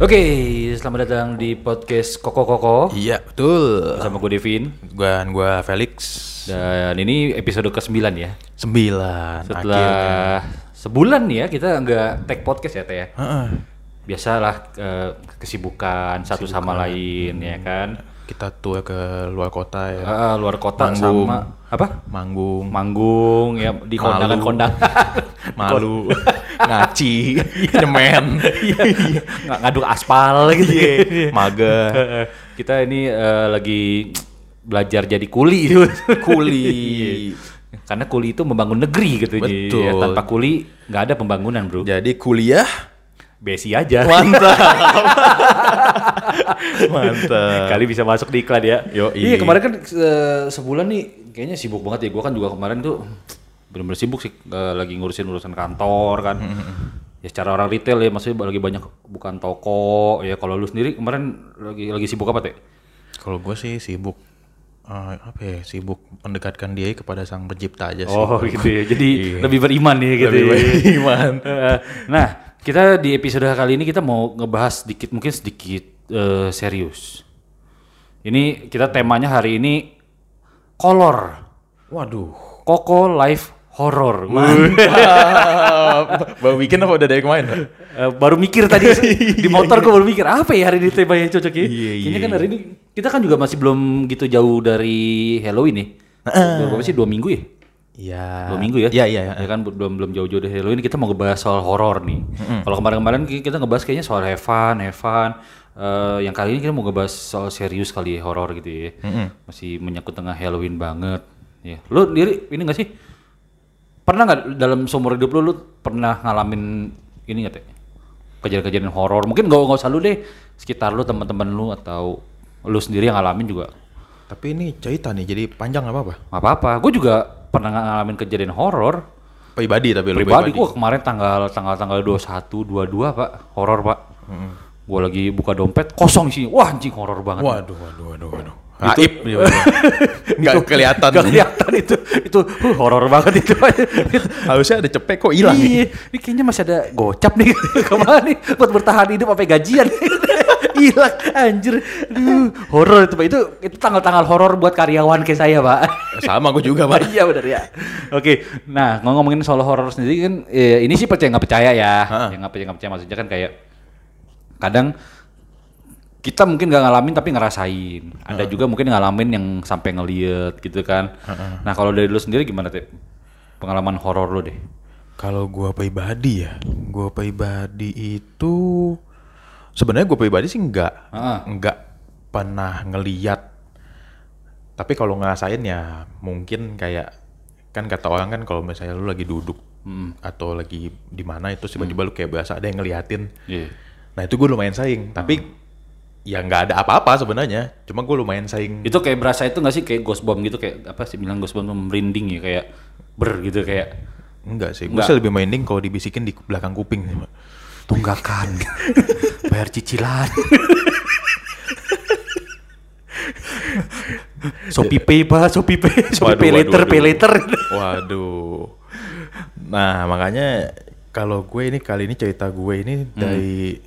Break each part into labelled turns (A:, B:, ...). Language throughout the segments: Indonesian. A: Oke, selamat datang di podcast Koko Koko
B: Iya betul.
A: bersama gue Devin
B: Gua gua Felix.
A: dan ini episode ke-9 ya.
B: Sembilan. akhirnya.
A: Setelah sebulan ya kita nggak tag podcast ya Teh ya.
B: Heeh.
A: Biasalah eh, kesibukan satu sama lain ya
B: Hmm.
A: kan.
B: kita tuh ke luar kota ya.
A: Ah, luar kota
B: Manggung.
A: sama apa?
B: Manggung,
A: Manggung ya di
B: Malu.
A: kondangan-kondangan.
B: malu, ngaci, nyemen,
A: Iya. Nggak ngaduk aspal gitu.
B: Iya, mager,
A: Eh, eh, kita ini eh, lagi belajar jadi kuli itu. Iya,
B: kuli.
A: Karena kuli itu membangun negeri gitu Ji.
B: Betul. Ya.
A: Ya, tanpa kuli nggak ada pembangunan, Bro.
B: Jadi kuliah
A: Besi aja.
B: mantap. mantap.
A: Kali bisa masuk di iklan ya.
B: Yoi.
A: Iya, kemarin kan eh, sebulan nih kayaknya sibuk banget ya. Gua kan juga kemarin tuh bener-bener sibuk sih eh, lagi ngurusin urusan kantor kan.
B: Mm-hmm.
A: ya secara orang retail ya maksudnya lagi banyak bukan toko ya kalau lu sendiri kemarin lagi lagi sibuk apa teh
B: Kalau gue sih sibuk eh, apa ya sibuk mendekatkan diri kepada sang pencipta aja sih.
A: oh gitu ya jadi
B: Iya.
A: lebih beriman ya gitu
B: Lebih
A: ya.
B: beriman.
A: Eh, nah kita di episode kali ini kita mau ngebahas sedikit mungkin sedikit eh, serius ini kita temanya hari ini kolor
B: Waduh.
A: Koko Live Horror.
B: Mantap. Baru bikin apa udah dari kemarin? Pak?
A: Eh, baru mikir tadi di motor gue baru mikir apa ya hari ini tema yang cocok ya.
B: Iya,
A: Kayaknya
B: iya.
A: kan hari ini kita kan juga masih belum gitu jauh dari Halloween nih. Baru Berapa sih dua minggu ya?
B: Iya.
A: Dua minggu ya?
B: Iya iya. iya.
A: Ya kan belum belum jauh-jauh dari Halloween kita mau ngebahas soal horor nih. Kalau kemarin-kemarin ki- kita ngebahas kayaknya soal Evan, Evan. Eh, yang kali ini kita mau ngebahas soal serius kali ya, horor gitu ya. Masih menyangkut tengah Halloween banget. Ya, lu diri ini gak sih? Pernah nggak dalam seumur hidup lu, lu pernah ngalamin ini nggak teh? Kejadian-kejadian horor. Mungkin gak nggak usah lu deh. Sekitar lu teman-teman lu atau lu sendiri yang ngalamin juga.
B: Tapi ini cerita nih jadi panjang nggak apa-apa.
A: Gak apa-apa. Gue juga pernah ngalamin kejadian horor.
B: Pribadi tapi lu
A: pribadi gua kemarin tanggal tanggal tanggal 21 22 Pak, horor Pak. Gua lagi buka dompet kosong sih. Wah, anjing horor banget.
B: Waduh waduh waduh waduh. Aib dia. Enggak kelihatan.
A: Gak kelihatan itu. Itu huh, horor banget itu.
B: Harusnya ada cepek kok hilang.
A: Iya,
B: ya.
A: ini kayaknya masih ada gocap nih kemana nih buat bertahan hidup apa gajian. Hilang anjir. Aduh, horor itu Pak. Itu itu tanggal-tanggal horor buat karyawan kayak saya, Pak.
B: Sama gua juga, Pak.
A: iya benar ya. Oke, nah ngom- ngomongin soal horor sendiri kan, eh, ini sih percaya nggak percaya ya,
B: Ha-ha.
A: yang nggak percaya nggak percaya maksudnya kan kayak kadang kita mungkin nggak ngalamin tapi ngerasain. Ada juga mungkin ngalamin yang sampai ngeliat gitu kan. Nah kalau dari lu sendiri gimana teh pengalaman horor lu deh?
B: Kalau gua pribadi ya, gua pribadi itu sebenarnya gua pribadi sih enggak
A: Heeh.
B: enggak pernah ngeliat. Tapi kalau ngerasain ya mungkin kayak kan kata orang kan kalau misalnya lu lagi duduk
A: Hmm.
B: atau lagi di mana itu tiba-tiba lu kayak berasa ada yang ngeliatin.
A: Iya.
B: Nah, itu gua lumayan saing, tapi ya nggak ada apa-apa sebenarnya. Cuma gua lumayan saing.
A: Itu kayak berasa itu nggak sih kayak ghost bomb gitu kayak apa sih bilang ghost bomb tuh merinding ya kayak ber gitu kayak
B: Enggak sih,
A: Enggak.
B: gua sih lebih minding kalau dibisikin di belakang kuping sih, Pak.
A: tunggakan bayar cicilan Shopee Pay pak, Shopee Pay, Shopee
B: Waduh,
A: Pay
B: waduh,
A: later,
B: waduh.
A: Pay later.
B: Waduh. Nah, makanya kalau gue ini kali ini cerita gue
A: Hmm.
B: ini dari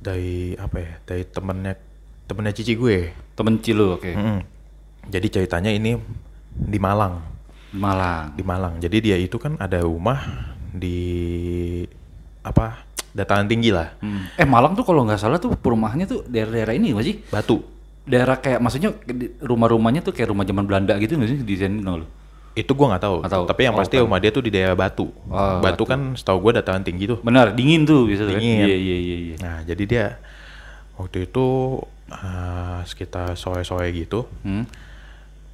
B: dari apa ya? Dari temennya temennya cici gue.
A: Temen Cilo, oke.
B: Mm-mm. Jadi ceritanya ini di Malang,
A: Malang.
B: di Malang. Jadi dia itu kan ada rumah di apa? Dataran tinggi lah,
A: Hmm. Eh Malang tuh kalau nggak salah tuh perumahannya tuh daerah-daerah ini nggak sih?
B: Batu.
A: Daerah kayak maksudnya di- rumah-rumahnya tuh kayak rumah zaman Belanda gitu nggak sih desain nggak lu?
B: Itu gue nggak tahu.
A: Nggak tahu.
B: Tapi yang
A: Oh,
B: pasti rumah dia tuh di daerah Batu.
A: Oh,
B: batu, kan setahu gue dataran tinggi tuh.
A: Benar, dingin tuh bisa kan?
B: Dingin.
A: Iya iya iya. iya.
B: Nah, jadi dia waktu itu eh, sekitar sore-sore gitu,
A: Hmm.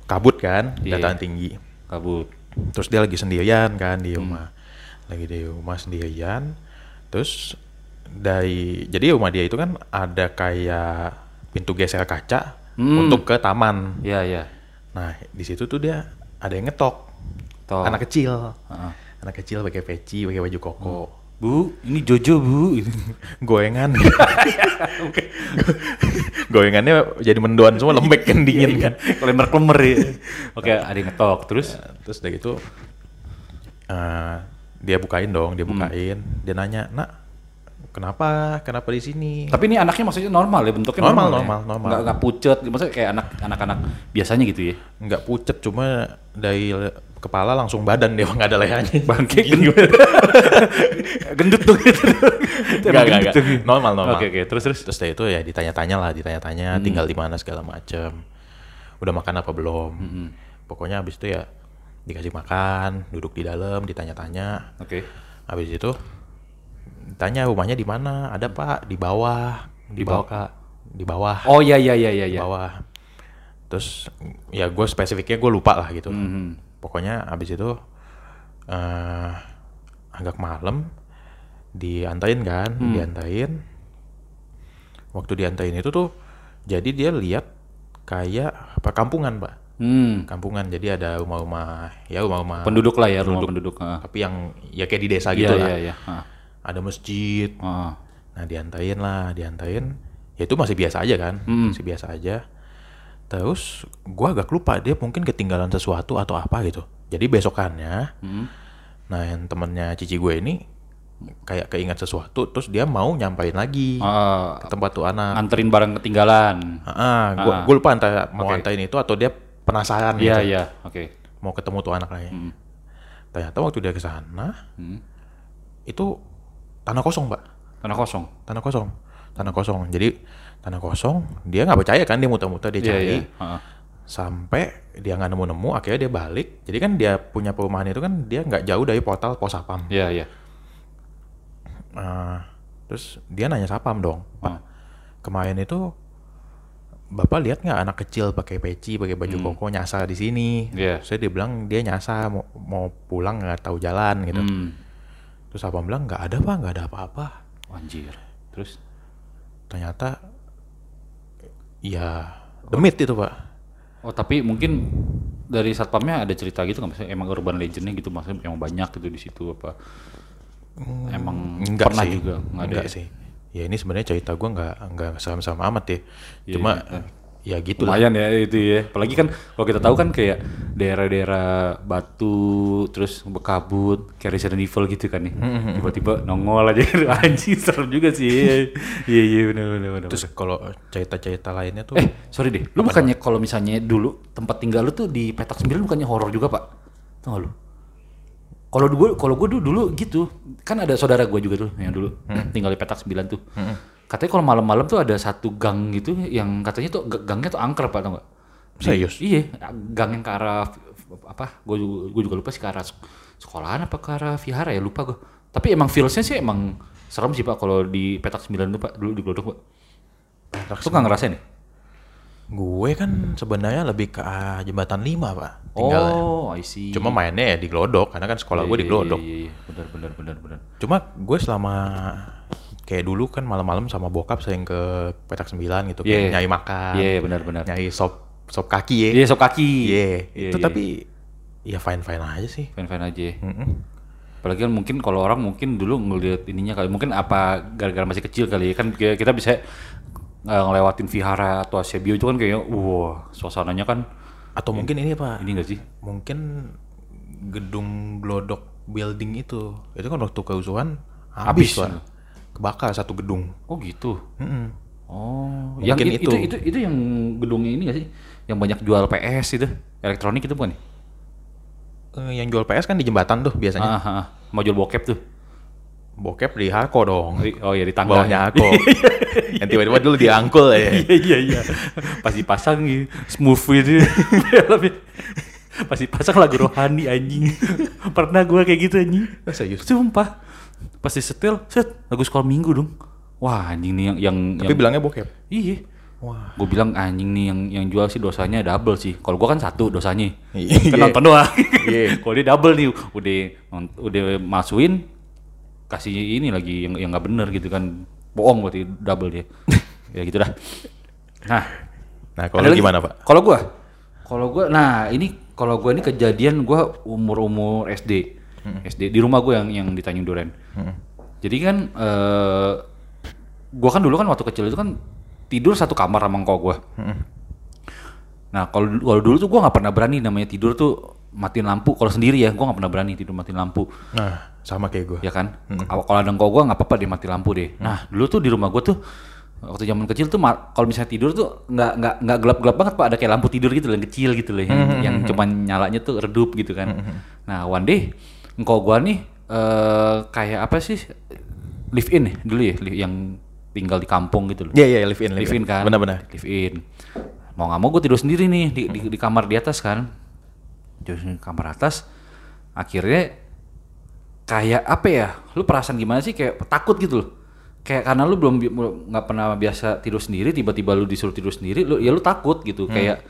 B: kabut kan,
A: Iya.
B: dataran tinggi.
A: Kabut.
B: Terus dia lagi sendirian kan di rumah. Lagi di rumah sendirian. Terus dari jadi rumah dia itu kan ada kayak pintu geser kaca
A: Hmm.
B: untuk ke taman.
A: Iya iya.
B: Nah, di situ tuh dia ada yang ngetok.
A: Toh.
B: Anak kecil.
A: Heeh.
B: Anak kecil pakai peci, pakai baju koko.
A: Hmm. Bu, ini Jojo bu.
B: gorengan gorengannya jadi mendoan semua lembek
A: iya.
B: kan dingin kan
A: Klemer-klemer ya. Oke, ada yang ngetok terus.
B: terus udah gitu Hmm. eh, dia bukain dong dia bukain dia nanya nak kenapa kenapa di sini
A: Tapi ini anaknya maksudnya normal ya bentuknya
B: Normal,
A: ya?
B: normal, normal.
A: Nggak, nggak pucet, gitu, maksudnya kayak anak anak-anak biasanya gitu ya.
B: nggak pucet cuma dari le- kepala langsung badan dia nggak ada lehernya Gitu.
A: Bangke
B: Iya.
A: gendut. gendut tuh gitu.
B: Nggak, nggak, nggak. normal normal
A: Oke, oke. Terus terus.
B: terus dari itu ya ditanya-tanya lah ditanya-tanya tinggal di mana segala macem udah makan apa belum pokoknya habis itu ya dikasih makan duduk di dalam ditanya-tanya
A: Oke.
B: habis itu tanya rumahnya di mana ada pak di bawah di bawah kak di bawah
A: Oh iya iya iya iya
B: di
A: iya.
B: bawah terus ya gue spesifiknya gue lupa lah gitu
A: Mhm.
B: pokoknya abis itu eh agak malam diantain kan
A: Hmm.
B: diantain waktu diantain itu tuh jadi dia lihat kayak perkampungan pak
A: Hmm.
B: kampungan jadi ada rumah-rumah ya rumah-rumah
A: Penduduk lah ya, rumah penduduk. Heeh.
B: tapi yang ya kayak di desa
A: Iya
B: gitu lah
A: iya iya. Ah. Heeh.
B: ada masjid
A: Heeh.
B: Nah diantain lah, diantain. Ya itu masih biasa aja kan, masih biasa aja. Terus gua agak lupa dia mungkin ketinggalan sesuatu atau apa gitu. Jadi besokannya, nah yang temennya cici gue ini kayak keinget sesuatu, terus dia mau nyampain lagi
A: Heeh.
B: ke tempat tuh anak.
A: Ah. Nganterin barang ketinggalan.
B: Ah, gua, gua lupa antara mau antain itu atau dia
A: Iya
B: penasaran gitu,
A: iya. Oke.
B: mau ketemu tuh anak lagi. Ternyata waktu dia ke sana,
A: Hmm.
B: itu tanah kosong, Pak.
A: Tanah kosong.
B: tanah kosong tanah kosong jadi tanah kosong dia nggak percaya kan dia muter-muter dia
A: Iya
B: cari
A: iya. Heeh.
B: sampai dia nggak nemu-nemu akhirnya dia balik jadi kan dia punya perumahan itu kan dia nggak jauh dari portal pos sapam
A: Iya iya.
B: Eh, terus dia nanya sapam dong pak kemarin itu bapak lihat nggak anak kecil pakai peci pakai baju koko nyasar di sini
A: Hmm. Iya.
B: saya dia bilang dia nyasar mau, mau pulang nggak tahu jalan gitu
A: Hmm.
B: terus sapam bilang nggak ada pak nggak ada apa-apa
A: Anjir. Terus
B: ternyata ya demit itu pak
A: Oh tapi mungkin dari satpamnya ada cerita gitu nggak maksudnya emang urban legendnya gitu maksudnya emang banyak gitu di situ apa emang
B: Hmm, enggak
A: pernah
B: sih.
A: juga nggak ada
B: Enggak
A: ya?
B: sih ya ini sebenarnya cerita gue nggak nggak sama-sama amat ya
A: Iya,
B: cuma ya gitu lah
A: lumayan ya itu ya apalagi kan kalau kita tahu kan kayak daerah-daerah Batu terus Bekabut kayak Resident Evil gitu kan
B: Hmm,
A: nih tiba-tiba nongol aja gitu. anjing serem juga sih iya iya iya benar benar benar
B: terus kalau cerita-cerita lainnya tuh
A: eh sorry deh lu bukannya kalau misalnya dulu tempat tinggal lu tuh di petak sembilan bukannya horor juga pak tau gak lu kalau gue kalau gue dulu, dulu gitu kan ada saudara gue juga tuh yang dulu tinggal di petak sembilan tuh katanya kalau malam-malam tuh ada satu gang gitu yang katanya tuh g- gangnya tuh angker pak tau gak
B: serius
A: iya gang yang ke arah apa gue juga, gua juga lupa sih ke arah sek- sekolahan apa ke arah vihara ya lupa gue tapi emang feelsnya sih emang serem sih pak kalau di petak sembilan tuh pak dulu di Glodok pak
B: Petak
A: lu nggak ngerasain ya?
B: gue kan sebenarnya lebih ke arah jembatan 5 pak tinggalnya
A: Oh, I see.
B: ya. cuma mainnya ya di Glodok karena kan sekolah gue di Glodok
A: Iya, iya, iya. Benar, benar, benar, benar.
B: cuma gue selama kayak dulu kan malam-malam sama bokap sering ke petak sembilan gitu kayak
A: Iya.
B: nyari makan
A: Iya, benar, benar.
B: nyari sop sop kaki ya
A: Iya, sok kaki.
B: Iya,
A: Iya,
B: itu
A: iya.
B: tapi ya fine fine aja sih.
A: Fan-fan aja. ya.
B: Mm-mm.
A: Apalagi kan mungkin kalau orang mungkin dulu ngelihat ininya kali mungkin apa gara-gara masih kecil kali ya. kan kayak kita bisa eh, ngelewatin vihara atau Asebio itu kan kayaknya wah suasananya kan
B: Atau mungkin ini apa?
A: ini enggak sih?
B: Mungkin gedung Glodok Building itu, itu kan waktu kerusuhan
A: Habis,
B: habis kan, kebakar satu gedung.
A: Oh gitu.
B: Mm-mm.
A: Oh,
B: Mungkin
A: yang i-
B: itu.
A: itu. itu itu yang gedungnya ini nggak sih? Yang banyak jual PS itu, elektronik itu bukan? ya?
B: Eh, Yang jual PS kan di jembatan tuh biasanya.
A: Ah, ah, ah. mau jual bokep tuh.
B: Bokep di Hako dong.
A: Oh iya di tangga.
B: Bawahnya Hako. Yang tiba-tiba dulu diangkul ya.
A: Iya iya iya. Pas dipasang gitu, smooth gitu. Filmnya. Pas dipasang lagu rohani anjing. Pernah gua kayak gitu anjing.
B: Oh, Serius.
A: Sumpah. Pas disetel, set lagu sekolah minggu dong. Wah anjing nih yang yang,
B: Tapi
A: yang
B: bilangnya bokep.
A: iya.
B: Wah.
A: Gue bilang anjing nih yang yang jual sih dosanya double sih. Kalau gua kan satu dosanya.
B: Iya.
A: Kan nonton doang.
B: Iya.
A: Kalau dia double nih udah non- udah masukin kasih ini lagi yang yang nggak bener gitu kan. Bohong berarti double dia. ya gitu dah. Nah,
B: Nah
A: ada
B: kalau
A: lagi?
B: gimana pak?
A: Kalau gua, kalau gua, nah ini kalau gua ini kejadian gua umur umur SD,
B: Hmm.
A: SD di rumah gua yang yang di Tanjung Duren. Jadi kan, eh gua kan dulu kan waktu kecil itu kan tidur satu kamar sama engkau gua. Nah kalau kalau dulu tuh gua nggak pernah berani namanya tidur tuh matiin lampu kalau sendiri ya gua nggak pernah berani tidur matiin lampu
B: Nah, sama kayak gue.
A: ya kan Kalau kalau ada engkau gue nggak apa-apa deh mati lampu deh nah dulu tuh di rumah gue tuh waktu zaman kecil tuh ma- kalau misalnya tidur tuh nggak nggak nggak gelap-gelap banget pak ada kayak lampu tidur gitu loh yang kecil gitu loh yang, yang cuman nyalanya tuh redup gitu kan nah one day engkau gue nih eh kayak apa sih live in ya dulu ya li- yang tinggal di kampung gitu loh
B: Iya, iya, live in, live,
A: live in kan
B: Benar-benar.
A: live in mau nggak mau gue tidur sendiri nih di, di, di kamar di atas kan tidur di kamar atas akhirnya kayak apa ya lu perasaan gimana sih kayak takut gitu loh kayak karena lu belum bi- belum- nggak pernah biasa tidur sendiri tiba-tiba lu disuruh tidur sendiri lu ya lu takut gitu kayak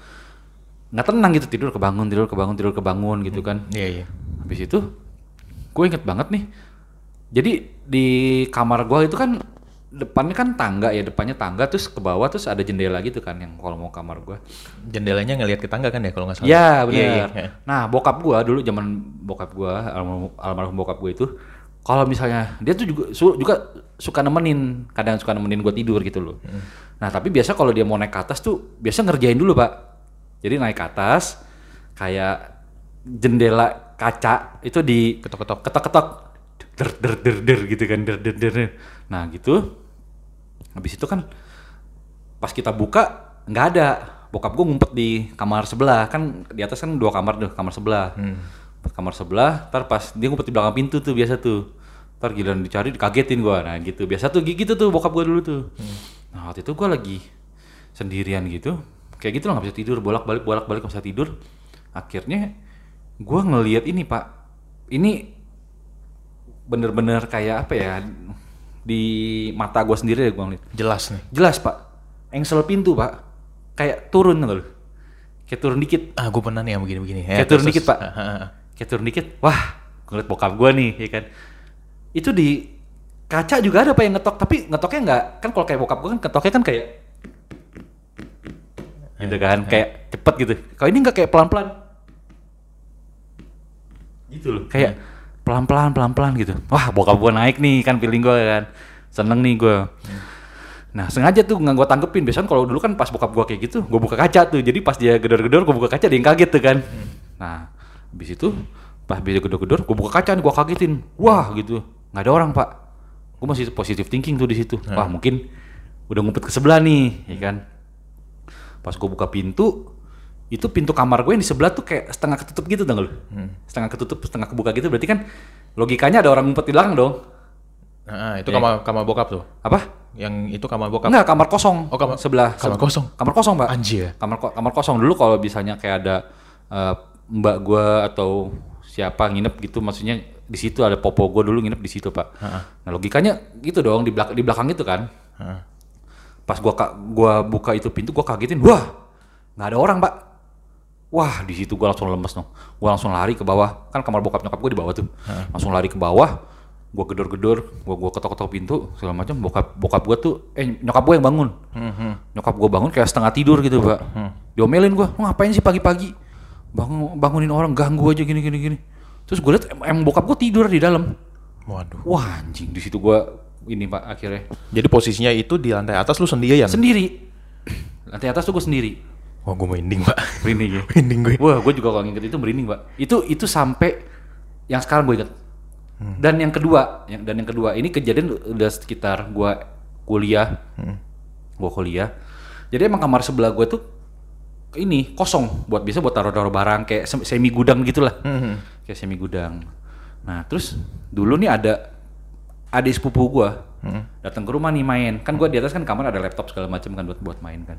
A: nggak tenang gitu tidur kebangun tidur kebangun tidur kebangun gitu kan
B: Iya, iya.
A: Habis itu gue inget banget nih. Jadi di kamar gue itu kan depannya kan tangga ya, depannya tangga terus ke bawah terus ada jendela gitu kan yang kalau mau kamar gue.
B: Jendelanya ngelihat ke tangga kan ya kalau nggak salah.
A: Iya benar.
B: Iya, iya, iya.
A: Nah bokap gue dulu zaman bokap gue almarhum, almarhum bokap gue itu kalau misalnya dia tuh juga su- juga suka nemenin kadang suka nemenin gue tidur gitu loh.
B: Hmm.
A: Nah tapi biasa kalau dia mau naik ke atas tuh biasa ngerjain dulu pak. Jadi naik ke atas kayak jendela kaca itu di
B: Ketok-ketok.
A: ketok-ketok der der der der gitu kan der der der der. nah gitu habis itu kan pas kita buka nggak ada bokap gue ngumpet di kamar sebelah kan di atas kan dua kamar tuh kamar sebelah
B: Hmm.
A: kamar sebelah ntar pas dia ngumpet di belakang pintu tuh biasa tuh ntar giliran dicari dikagetin gue nah gitu biasa tuh gitu tuh bokap gue dulu tuh nah waktu itu gue lagi sendirian gitu kayak gitu loh nggak bisa tidur bolak balik bolak balik nggak bisa tidur akhirnya gue ngelihat ini pak ini bener-bener kayak apa ya di mata gue sendiri ya gue ngeliat
B: Jelas nih.
A: Jelas pak, engsel pintu pak, kayak turun nggak lu? Kayak turun dikit,
B: Ah, gue pernah nih yang begini-begini.
A: Kayak turun dikit, Pak.
B: Ah, ah, ah.
A: kayak turun dikit. Wah, gue ngeliat bokap gue nih, ya kan? Itu di kaca juga ada pak yang ngetok, tapi ngetoknya nggak kan kalau kayak bokap gue kan ngetoknya kan kayak gitu kan, kayak cepet gitu. Kalau ini nggak kayak pelan-pelan, gitu loh. Kayak pelan-pelan, pelan-pelan gitu. Wah, bokap gue naik nih kan, feeling gue kan, seneng nih gue. Nah sengaja tuh nggak gue tanggepin Biasanya kalau dulu kan pas bokap gue kayak gitu Gue buka kaca tuh Jadi pas dia gedor-gedor Gue buka kaca dia yang kaget tuh kan
B: Hmm.
A: Nah habis itu Pas dia gedor-gedor Gue buka kaca nih gue kagetin Wah gitu nggak ada orang pak Gue masih positive thinking tuh di situ
B: Hmm.
A: Wah mungkin Udah ngumpet ke sebelah nih Ya kan Pas gue buka pintu Itu pintu kamar gue yang di sebelah tuh kayak setengah ketutup gitu tau nggak lu
B: Hmm.
A: Setengah ketutup setengah kebuka gitu Berarti kan logikanya ada orang ngumpet di belakang dong
B: Ah, ah, itu kamar kamar bokap tuh.
A: Apa?
B: Yang itu kamar bokap.
A: Enggak, kamar kosong.
B: Oh, kamar-
A: sebelah.
B: kamar
A: Sebe-
B: kosong.
A: Kamar kosong, Pak.
B: Anjir.
A: Kamar ko- kamar kosong dulu kalau misalnya kayak ada eh, mbak gua atau siapa nginep gitu maksudnya di situ ada popo gua dulu nginep di situ, Pak. Nah, logikanya gitu dong di belakang di belakang itu kan.
B: Ah.
A: Pas gua ka- gua buka itu pintu gua kagetin, wah. nggak ada orang, Pak. Wah, di situ gua langsung lemes dong. Gua langsung lari ke bawah. Kan kamar bokap nyokap gua di bawah tuh. Langsung lari ke bawah. Gua gedor-gedor, gua gua ketok-ketok pintu segala macam. Bokap bokap gua tuh eh nyokap gua yang bangun. Nyokap gua bangun kayak setengah tidur gitu, Pak. Diomelin gua, "Lu ngapain sih pagi-pagi? Bangun bangunin orang, ganggu aja gini gini gini." Terus gua lihat em- emang bokap gua tidur di dalam.
B: Waduh.
A: Wah, anjing, di situ gua ini, Pak, akhirnya
B: Jadi posisinya itu di lantai atas lu sendirian.
A: sendiri. Lantai atas tuh gua sendiri.
B: Wah, gue merinding, Pak.
A: Merinding ya.
B: merinding gue.
A: Wah, gue juga kalau nginget itu merinding, Pak. Itu itu sampai yang sekarang gue inget. Dan yang kedua, yang, dan yang kedua, ini kejadian udah sekitar gue kuliah, gue kuliah. Jadi emang kamar sebelah gue tuh ini kosong buat bisa buat taruh-taruh barang kayak sem- semi gudang gitulah,
B: Hmm.
A: kayak semi gudang. Nah terus dulu nih ada adik sepupu gue
B: Hmm.
A: datang ke rumah nih main, kan gue di atas kan kamar ada laptop segala macam kan buat buat main kan.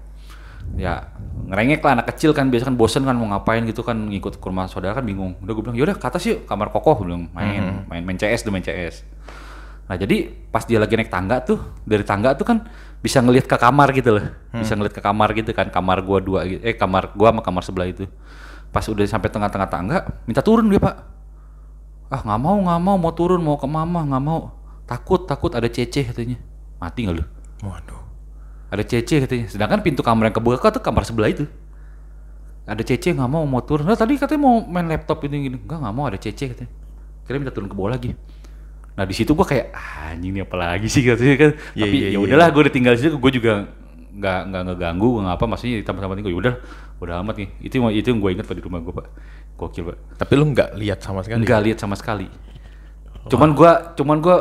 A: Ya ngerengek lah anak kecil kan biasa kan bosen kan mau ngapain gitu kan ngikut ke rumah saudara kan bingung. Udah gue bilang yaudah ke atas yuk kamar kokoh belum main main main CS tuh main CS. Nah jadi pas dia lagi naik tangga tuh dari tangga tuh kan bisa ngelihat ke kamar gitu loh, bisa ngelihat ke kamar gitu kan kamar gua dua gitu, eh kamar gua sama kamar sebelah itu. Pas udah sampai tengah-tengah tangga minta turun dia pak. Ah nggak mau nggak mau mau turun mau ke mama nggak mau takut takut ada cece katanya mati nggak lu?
B: Waduh.
A: Ada cece katanya. Sedangkan pintu kamar yang kebuka tuh kamar sebelah itu. Ada cece nggak mau mau turun. Nah, tadi katanya mau main laptop ini gini. Enggak nggak mau ada cece katanya. Kira minta turun ke bawah lagi. Nah di situ gue kayak "Ah, anjing ini apa lagi sih katanya kan.
B: Iya,
A: Tapi
B: iya,
A: ya
B: iya.
A: udahlah gue udah tinggal di situ. Gue juga nggak nggak ngeganggu nggak apa maksudnya ditambah-tambah gue udah udah amat nih itu yang- itu yang gue inget pak di rumah gue pak gokil pak
B: Tapi lu nggak lihat sama sekali.
A: nggak lihat sama sekali cuman gua cuman gua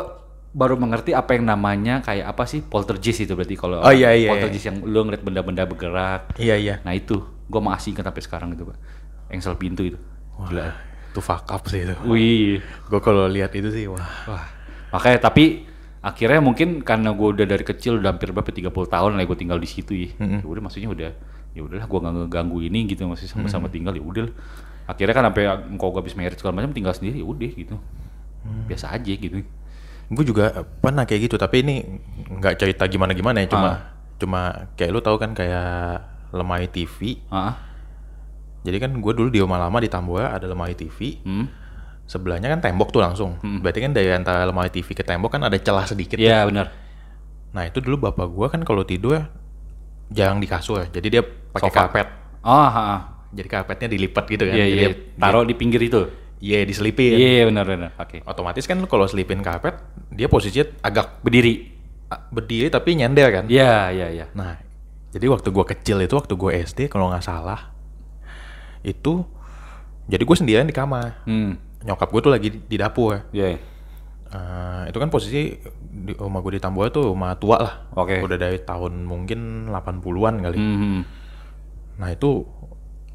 A: baru mengerti apa yang namanya kayak apa sih poltergeist itu berarti kalau
B: Oh, iya, iya,
A: poltergeist yang lu ngeliat benda-benda bergerak
B: Iya iya.
A: nah itu gua masih ingat sampai sekarang itu pak engsel pintu itu gila
B: Itu fuck up sih itu.
A: wih
B: Gue kalau lihat itu sih wah.
A: Wah, makanya tapi akhirnya mungkin karena gue udah dari kecil udah hampir berapa 30 tahun lah gue tinggal di situ ya. Ya udah maksudnya udah ya udahlah gue nggak ngeganggu ini gitu masih sama-sama tinggal ya udah. lah. Akhirnya kan sampai engkau gak habis merit segala macam tinggal sendiri ya udah gitu. Biasa aja gitu.
B: Gue juga pernah kayak gitu tapi ini nggak cerita gimana gimana ya cuma cuma kayak lu tahu kan kayak lemari TV.
A: Ah,
B: Jadi kan gue dulu di rumah lama di Tambora ada lemari TV.
A: hmm.
B: Sebelahnya kan tembok tuh langsung. Berarti kan dari antara lemari TV ke tembok kan ada celah sedikit.
A: Iya benar.
B: Nah itu dulu bapak gue kan kalau tidur jarang di kasur. Jadi dia pakai
A: Sofa.
B: karpet.
A: Ah, ah, ah.
B: Jadi karpetnya dilipat gitu kan.
A: Iya
B: Jadi
A: iya.
B: dia-
A: Taruh di pinggir itu.
B: Iya diselipin.
A: Iya iya, benar benar. Oke.
B: Otomatis kan lu kalau selipin karpet, dia posisinya agak
A: Berdiri.
B: a- berdiri tapi nyender kan.
A: Iya iya iya.
B: Nah, jadi waktu gua kecil itu waktu gua SD kalau nggak salah itu jadi gue sendirian di kamar.
A: Hmm.
B: Nyokap gue tuh lagi di, di dapur.
A: Iya. iya.
B: Eh, itu kan posisi di rumah gue di Tambora tuh rumah tua lah.
A: Oke.
B: Udah dari tahun mungkin 80-an kali.
A: Hmm.
B: Nah, itu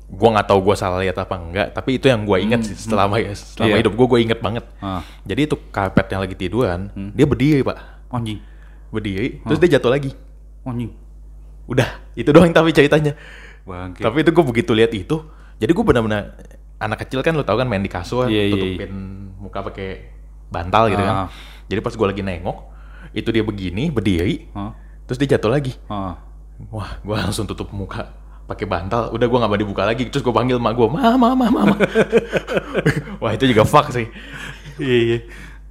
B: gua nggak tahu gua salah lihat apa enggak, tapi itu yang gua inget sih selama ya, selama
A: Hmm, Iya.
B: hidup gua gua inget banget.
A: Ah.
B: Jadi itu karpet yang lagi tiduran,
A: Hmm.
B: dia berdiri, Pak.
A: Anjing.
B: Berdiri, terus dia jatuh lagi.
A: Anjing.
B: Udah, itu doang tapi ceritanya.
A: Bangke.
B: Tapi itu gue begitu lihat itu, jadi gue benar-benar anak kecil kan lo tau kan main di kasur,
A: Iya, iya,
B: tutupin muka pakai bantal gitu
A: Ah.
B: kan. Jadi pas gue lagi nengok, itu dia begini berdiri,
A: Ah.
B: terus dia jatuh lagi.
A: Ah.
B: Wah, gue langsung tutup muka pakai bantal. Udah gue nggak mau dibuka lagi. Terus gue panggil mak gue, mama, mama, mama. Wah itu juga fuck sih.
A: Iya iya.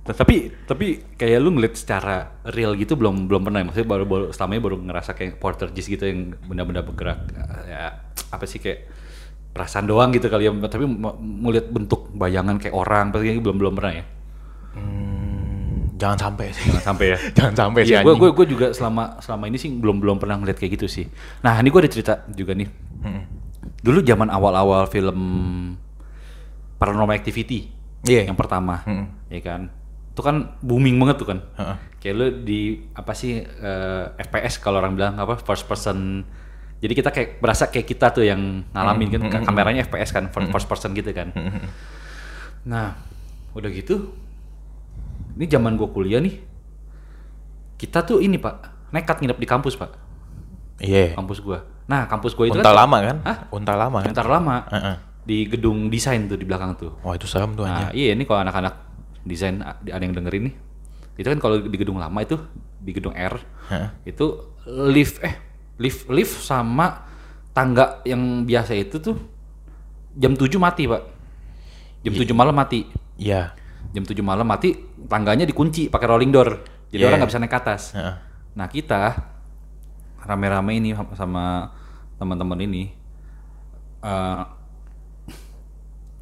A: T- Tapi tapi kayak lu ngeliat secara real gitu belum belum pernah ya? maksudnya baru baru selama ini baru ngerasa kayak poltergeist gitu yang benda-benda bergerak ya apa sih kayak perasaan doang gitu kali ya tapi mau mau lihat bentuk bayangan kayak orang pasti belum belum pernah ya
B: Hmm, jangan sampai sih.
A: jangan sampai ya
B: Jangan sampai sih.
A: Iya, gue
B: anjing.
A: gue juga selama selama ini sih belum belum pernah ngeliat kayak gitu sih. Nah ini gue ada cerita juga nih.
B: Hmm,
A: Dulu zaman awal-awal film Paranormal Activity
B: Iya.
A: yang pertama,
B: Mm-mm.
A: ya kan, itu kan booming banget tuh kan.
B: Heeh.
A: Kayak lo di apa sih eh, FPS kalau orang bilang apa first person. Jadi kita kayak berasa kayak kita tuh yang ngalamin kan ka- kameranya FPS kan first first person gitu kan. Nah, udah gitu ini zaman gua kuliah nih. Kita tuh ini, Pak, nekat nginep di kampus, Pak.
B: Iya.
A: Kampus gua. Nah, kampus gua itu
B: Unta
A: kan
B: lama kan?
A: Hah?
B: Unta lama kan?
A: bentar lama.
B: Heeh.
A: Di gedung desain tuh di belakang tuh.
B: Wah itu serem tuh
A: Nah,
B: anjing.
A: iya ini kalau anak-anak desain a- ada yang dengerin nih. Itu kan kalau di gedung lama itu di gedung R
B: Heeh.
A: itu lift eh lift lift sama tangga yang biasa itu tuh jam 7 mati, Pak. Jam 7 malam mati.
B: Iya.
A: Jam 7 malam mati tangganya dikunci pakai rolling door. Jadi
B: Yeah.
A: orang nggak bisa naik ke atas.
B: Heeh.
A: Nah, kita rame-rame ini sama teman-teman ini eh,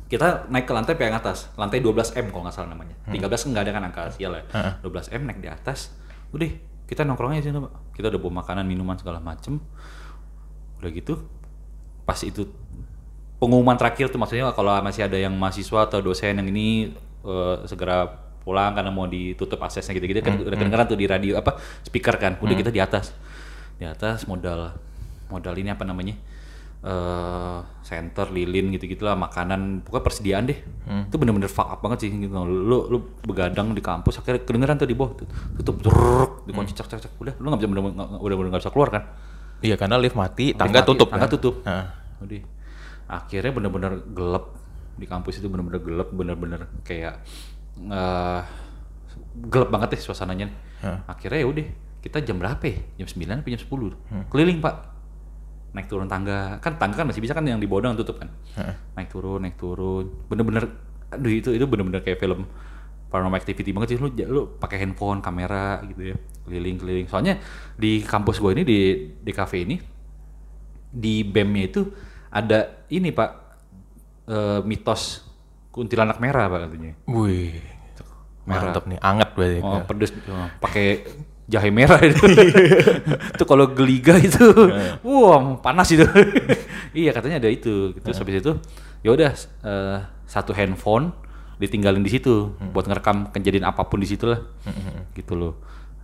A: kita naik ke lantai yang atas, lantai 12M kalau nggak salah namanya. 13 nggak ada kan angka sial ya. 12M naik di atas. Udah, kita nongkrongnya di sini, Pak. Kita udah bawa makanan, minuman segala macem. Udah gitu pas itu pengumuman terakhir tuh maksudnya kalau masih ada yang mahasiswa atau dosen yang ini eh, segera pulang karena mau ditutup aksesnya gitu-gitu kan udah kedengeran tuh di radio apa speaker kan. Udah kita di atas. Di atas modal modal ini apa namanya? eh center lilin gitu-gitulah makanan pokoknya persediaan deh itu bener-bener fuck up banget sih gitu lu lu begadang di kampus akhirnya kedengeran tuh di bawah tuh, tutup drrrr, dikunci cak cak cak udah lu nggak bisa bener-bener nggak- udah bener nggak bisa keluar kan
B: Iya karena lift mati, tangga
A: mati,
B: tutup.
A: tangga
B: kan?
A: tutup.
B: Heeh.
A: Udah. Akhirnya bener-bener gelap di kampus itu bener-bener gelap, bener-bener kayak eh gelap banget deh suasananya. nih. Akhirnya ya udah, kita jam berapa? ya? Jam 9 apa jam 10? Keliling, Pak. Naik turun tangga. Kan tangga kan masih bisa kan yang di bodong tutup kan. Naik turun, naik turun. Bener-bener aduh itu itu bener-bener kayak film paranormal activity banget sih lu lu pakai handphone, kamera gitu ya. Keliling-keliling. Soalnya di kampus gue ini di di cafe ini di BEM-nya itu ada ini pak eh, mitos kuntilanak merah pak katanya
B: Wih.
A: Merah.
B: ya, Mantap nih, anget berarti.
A: oh pedes oh, pakai jahe merah itu. itu kalau geliga itu, wow panas itu. iya katanya ada itu. Gitu. Terus habis itu, ya udah eh, satu handphone ditinggalin di situ buat ngerekam kejadian apapun di situ lah. gitu loh.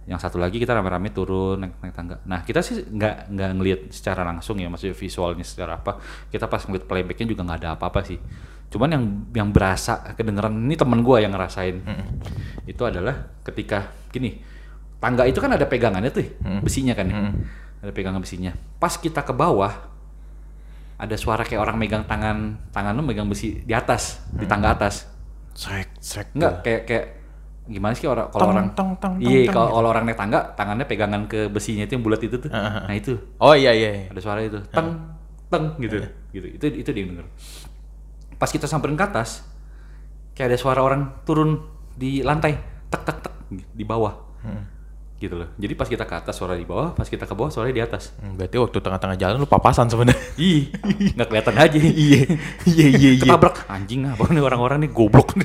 A: Yang satu lagi kita rame-rame turun naik, naik tangga. Nah kita sih nggak nggak ngelihat secara langsung ya, maksudnya visualnya secara apa. Kita pas ngeliat playbacknya juga nggak ada apa-apa sih. Cuman yang yang berasa kedengeran ini temen gua yang ngerasain itu adalah ketika gini tangga itu kan ada pegangannya tuh, besinya kan, ya. ada pegangan besinya. Pas kita ke bawah, ada suara kayak orang megang tangan, tangan lu megang besi di atas, di tangga atas.
B: Srek, srek.
A: Enggak, kayak kayak gimana sih orang kalau
B: Iya. Tong,
A: orang
B: tong, tong, tong,
A: iya
B: tong,
A: kalau kalau orang naik tangga tangannya pegangan ke besinya itu yang bulat itu tuh
B: Ah, ah,
A: nah itu
B: Oh iya iya. iya.
A: ada suara itu teng teng gitu gitu itu itu dia yang denger pas kita samperin ke atas kayak ada suara orang turun di lantai tek tek tek di bawah
B: Hmm.
A: gitu loh jadi pas kita ke atas suara di bawah pas kita ke bawah suara di atas
B: Hmm, Berarti waktu tengah-tengah jalan lu papasan sebenarnya.
A: ih nggak kelihatan aja iya
B: Iya iya
A: ketabrak anjing apa nih orang-orang nih goblok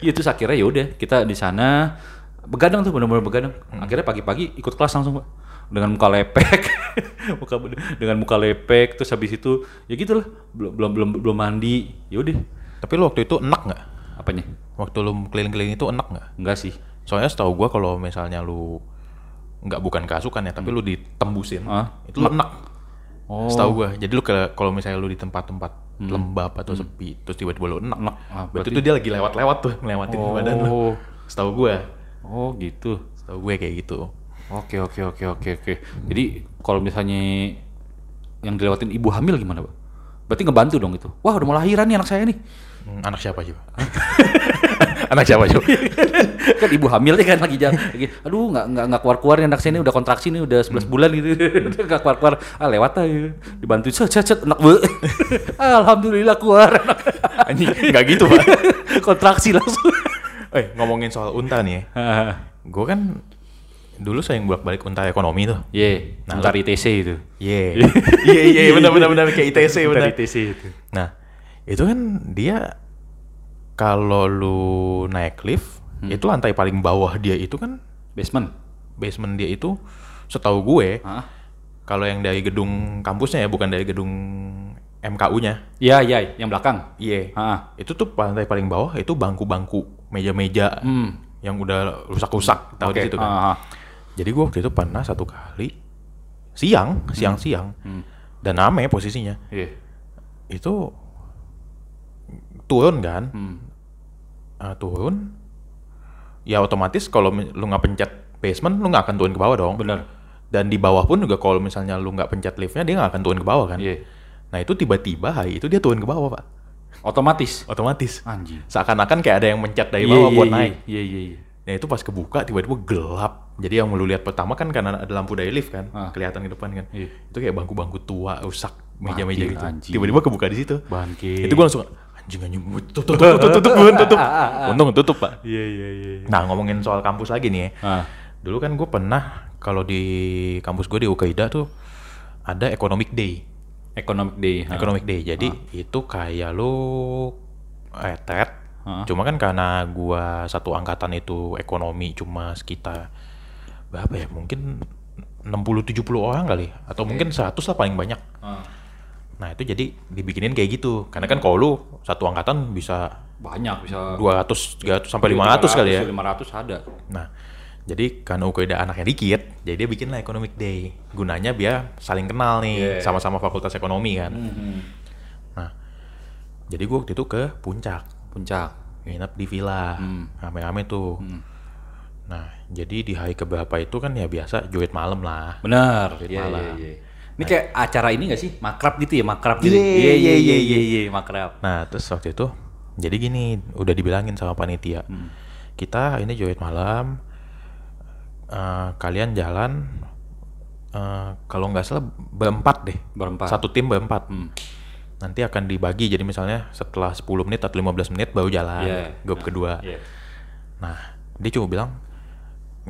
A: Iya terus akhirnya ya udah kita di sana begadang tuh benar-benar begadang.
B: Hmm.
A: Akhirnya pagi-pagi ikut kelas langsung Pak. dengan muka lepek, muka dengan muka lepek terus habis itu ya gitulah belum belum belum belum mandi ya udah
B: Tapi lu waktu itu enak nggak?
A: apanya
B: Waktu lu keliling-keliling itu enak nggak?
A: enggak sih
B: Soalnya setahu gua kalau misalnya lu nggak bukan kasukan ya, tapi lu ditembusin,
A: Ah.
B: itu lu enak. Setahu gua. Jadi lu ke- kalau misalnya lu di tempat-tempat lembab atau sepi, terus tiba-tiba lu enak,
A: Enak. Ah,
B: berarti, tuh dia lagi lewat-lewat tuh, ngelewatin
A: Oh.
B: badan lu. Setahu gua.
A: oh gitu
B: Setahu gue kayak gitu.
A: oke oke oke oke oke jadi kalau misalnya yang dilewatin ibu hamil gimana pak berarti ngebantu dong itu wah udah mau lahiran nih anak saya nih
B: Hmm, Anak siapa sih? Pak? Anak siapa sih?
A: kan ibu hamil ya kan lagi jalan lagi, aduh nggak nggak nggak keluar keluar nih anak saya ini udah kontraksi nih udah 11 bulan gitu nggak keluar keluar ah lewat aja dibantu cet cet cet anak gue alhamdulillah keluar anak
B: Anjing, nggak gitu pak.
A: kontraksi langsung
B: Eh ngomongin soal unta nih, ya. gue kan dulu sering bolak-balik unta ekonomi tuh.
A: ye
B: Nah,
A: ntar ITC itu
B: Iya, iya, iya, benar, benar, benar kayak ITC,
A: Ntar
B: benar.
A: ITC itu
B: Nah, itu kan dia kalau lu naik lift, itu lantai paling bawah dia itu kan
A: basement
B: basement dia itu setahu gue
A: Hah?
B: kalau yang dari gedung kampusnya ya bukan dari gedung MKU-nya.
A: ya ya yang belakang
B: Iya.
A: ah
B: Itu tuh lantai paling bawah itu bangku-bangku, meja-meja
A: hmm
B: yang udah rusak-rusak tahu di situ kan.
A: ah, ah.
B: Jadi gue waktu itu pernah satu kali siang,
A: Hmm.
B: siang-siang. Dan rame posisinya.
A: Iya.
B: itu turun kan
A: Hmm.
B: Ah, turun ya otomatis kalau mi- lu nggak pencet basement lu nggak akan turun ke bawah dong
A: Bener.
B: dan di bawah pun juga kalau misalnya lu nggak pencet liftnya dia nggak akan turun ke bawah kan
A: Iya.
B: nah itu tiba-tiba hari itu dia turun ke bawah pak
A: otomatis
B: otomatis
A: anjing
B: seakan-akan kayak ada yang mencet dari
A: Ah. Iya,
B: bawah
A: iya,
B: buat
A: iya,
B: naik
A: iya iya iya
B: nah itu pas kebuka tiba-tiba gelap jadi yang lu lihat pertama kan karena ada lampu dari lift kan
A: Ah.
B: kelihatan ke depan kan
A: Iya.
B: itu kayak bangku-bangku tua rusak meja-meja
A: Mati,
B: gitu
A: anjing.
B: tiba-tiba kebuka di situ
A: bangke
B: itu gue langsung anjing anjing gua tutup tutup tutup tutup gua tutup untung tutup pak
A: iya iya iya iya.
B: nah ngomongin soal kampus lagi nih ya.
A: ah
B: dulu kan gue pernah kalau di kampus gue di UKIDA tuh ada economic day
A: economic day ha.
B: economic day jadi itu kayak lu retret
A: Ah.
B: cuma kan karena gua satu angkatan itu ekonomi cuma sekitar berapa ya mungkin 60-70 orang kali atau mungkin 100 lah paling banyak
A: Ah.
B: Nah itu jadi dibikinin kayak gitu. Karena kan kalau lu satu angkatan bisa
A: banyak bisa
B: 200, 300 sampai 500 kali
A: iya.
B: ya.
A: 500 ada
B: Nah, jadi karena UKIDA anaknya dikit, jadi dia bikin lah economic day. Gunanya biar saling kenal nih,
A: Iya.
B: sama-sama fakultas ekonomi kan. Nah, jadi gua waktu itu ke puncak,
A: puncak
B: nginep di villa, rame-rame tuh. Nah, jadi di hari keberapa itu kan ya biasa joget malam lah.
A: benar iya
B: malam.
A: iya iya ini kayak acara ini gak sih makrab gitu ya makrab gitu iya
B: Iya, iya,
A: iya
B: iya,
A: iya iya iya, makrab
B: Nah, terus waktu itu jadi gini, udah dibilangin sama panitia. Kita ini joget malam eh, kalian jalan eh, kalau nggak salah berempat deh.
A: berempat
B: Satu tim berempat.
A: Hmm.
B: Nanti akan dibagi jadi misalnya setelah 10 menit atau 15 menit baru jalan
A: Iya.
B: grup kedua.
A: Iya.
B: Nah, dia cuma bilang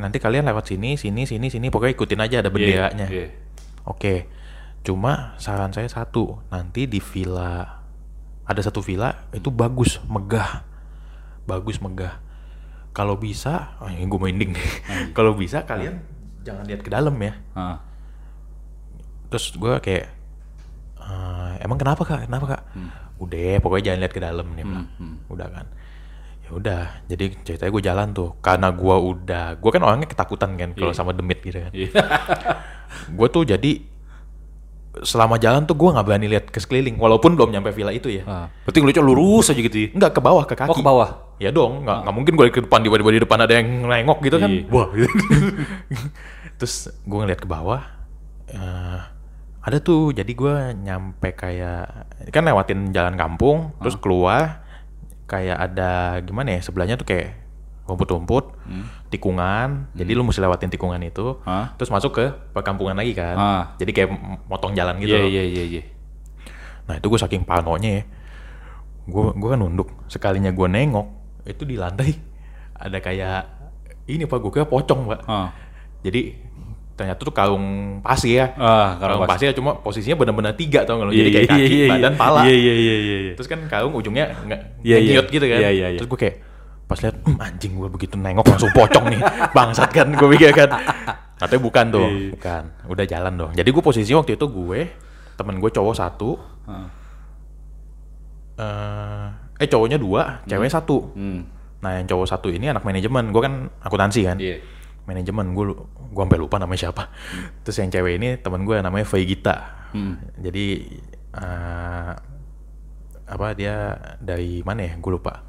B: nanti kalian lewat sini, sini, sini, sini, pokoknya ikutin aja ada benderanya.
A: Iya.
B: Oke, cuma saran saya satu, nanti di villa ada satu villa itu bagus, megah, bagus megah. kalau bisa, oh, ini gue merinding
A: Nah,
B: nih.
A: iya.
B: kalau bisa kalian jangan lihat ke dalam ya.
A: Ah,
B: Terus gue kayak "Eh, emang kenapa kak? Kenapa kak?
A: Hmm.
B: Udah, ya, pokoknya jangan lihat ke dalam nih. Udah kan. Ya udah, jadi ceritanya gue jalan tuh karena gue udah, gue kan orangnya ketakutan kan kalau sama demit gitu kan.
A: iya.
B: gue tuh jadi selama jalan tuh gue nggak berani lihat ke sekeliling walaupun belum nyampe villa itu ya
A: Ah, Berarti ngelucu lurus aja gitu ya.
B: nggak ke bawah ke kaki
A: Oh ke bawah.
B: ya dong nggak nggak mungkin gue ke depan tiba-tiba di depan ada yang nengok gitu kan
A: Iya.
B: wah gitu. terus gue ngeliat ke bawah eh, ada tuh jadi gue nyampe kayak kan lewatin jalan kampung terus keluar kayak ada gimana ya sebelahnya tuh kayak rumput-rumput tikungan jadi lu mesti lewatin tikungan itu
A: Hmm. Hah?
B: terus masuk ke perkampungan lagi kan
A: Ah.
B: jadi kayak m- motong jalan gitu
A: Iya iya iya iya.
B: nah itu gue saking parnonya ya gue gua kan nunduk sekalinya gue nengok itu di lantai ada kayak ini pak gue kira pocong pak
A: Ah.
B: jadi ternyata tuh kalung pasir ya
A: Ah,
B: kalung,
A: karena
B: pasir ya cuma posisinya benar-benar tiga tau nggak lo jadi kayak kaki badan pala
A: Iya iya iya iya. iya.
B: terus kan kalung ujungnya nggak
A: Iya,
B: nge-
A: iya.
B: ngiut gitu kan
A: Iya, iya, iya.
B: terus gue kayak pas lihat "Hmm, anjing gue begitu nengok langsung pocong nih bangsat kan gue pikir kan katanya bukan tuh
A: Iya,
B: bukan udah jalan dong jadi gue posisinya waktu itu gue temen gue cowok satu
A: Heeh.
B: eh eh cowoknya dua cewek satu
A: Hmm.
B: nah yang cowok satu ini anak manajemen gue kan akuntansi kan
A: Iya. Hmm.
B: manajemen gue gue sampai lupa namanya siapa terus yang cewek ini temen gue namanya Vegita jadi eh, apa dia dari mana ya gue lupa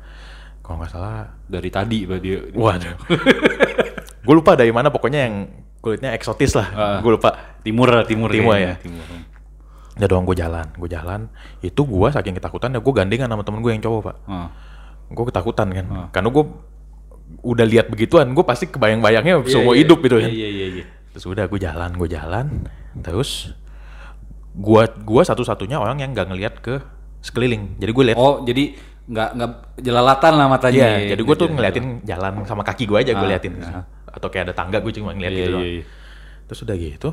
B: kalau nggak salah
A: Dari tadi berarti.
B: waduh gue lupa dari mana pokoknya yang kulitnya eksotis
A: Ah.
B: lah gue lupa
A: Timur lah, timur.
B: Timur
A: kayaknya.
B: ya.
A: Timur. hmm.
B: ya doang gue jalan gue jalan itu gue saking ketakutan ya gue gandengan sama temen gue yang cowok pak
A: Ah.
B: gue ketakutan kan karena gue udah lihat begituan gue pasti kebayang-bayangnya semua
A: Iya,
B: hidup
A: iya.
B: gitu kan
A: Iya iya iya.
B: terus udah gue jalan gue jalan terus gua gua satu-satunya orang yang nggak ngelihat ke sekeliling jadi gue lihat
A: Oh, jadi nggak nggak jelalatan lah matanya.
B: Iya,
A: ya.
B: jadi gue tuh
A: Iya,
B: ngeliatin jalan sama kaki gue aja gue
A: Ah,
B: liatin atau kayak ada tangga gue cuma ngeliat
A: Iya
B: gitu
A: iya
B: doang.
A: iya.
B: terus udah gitu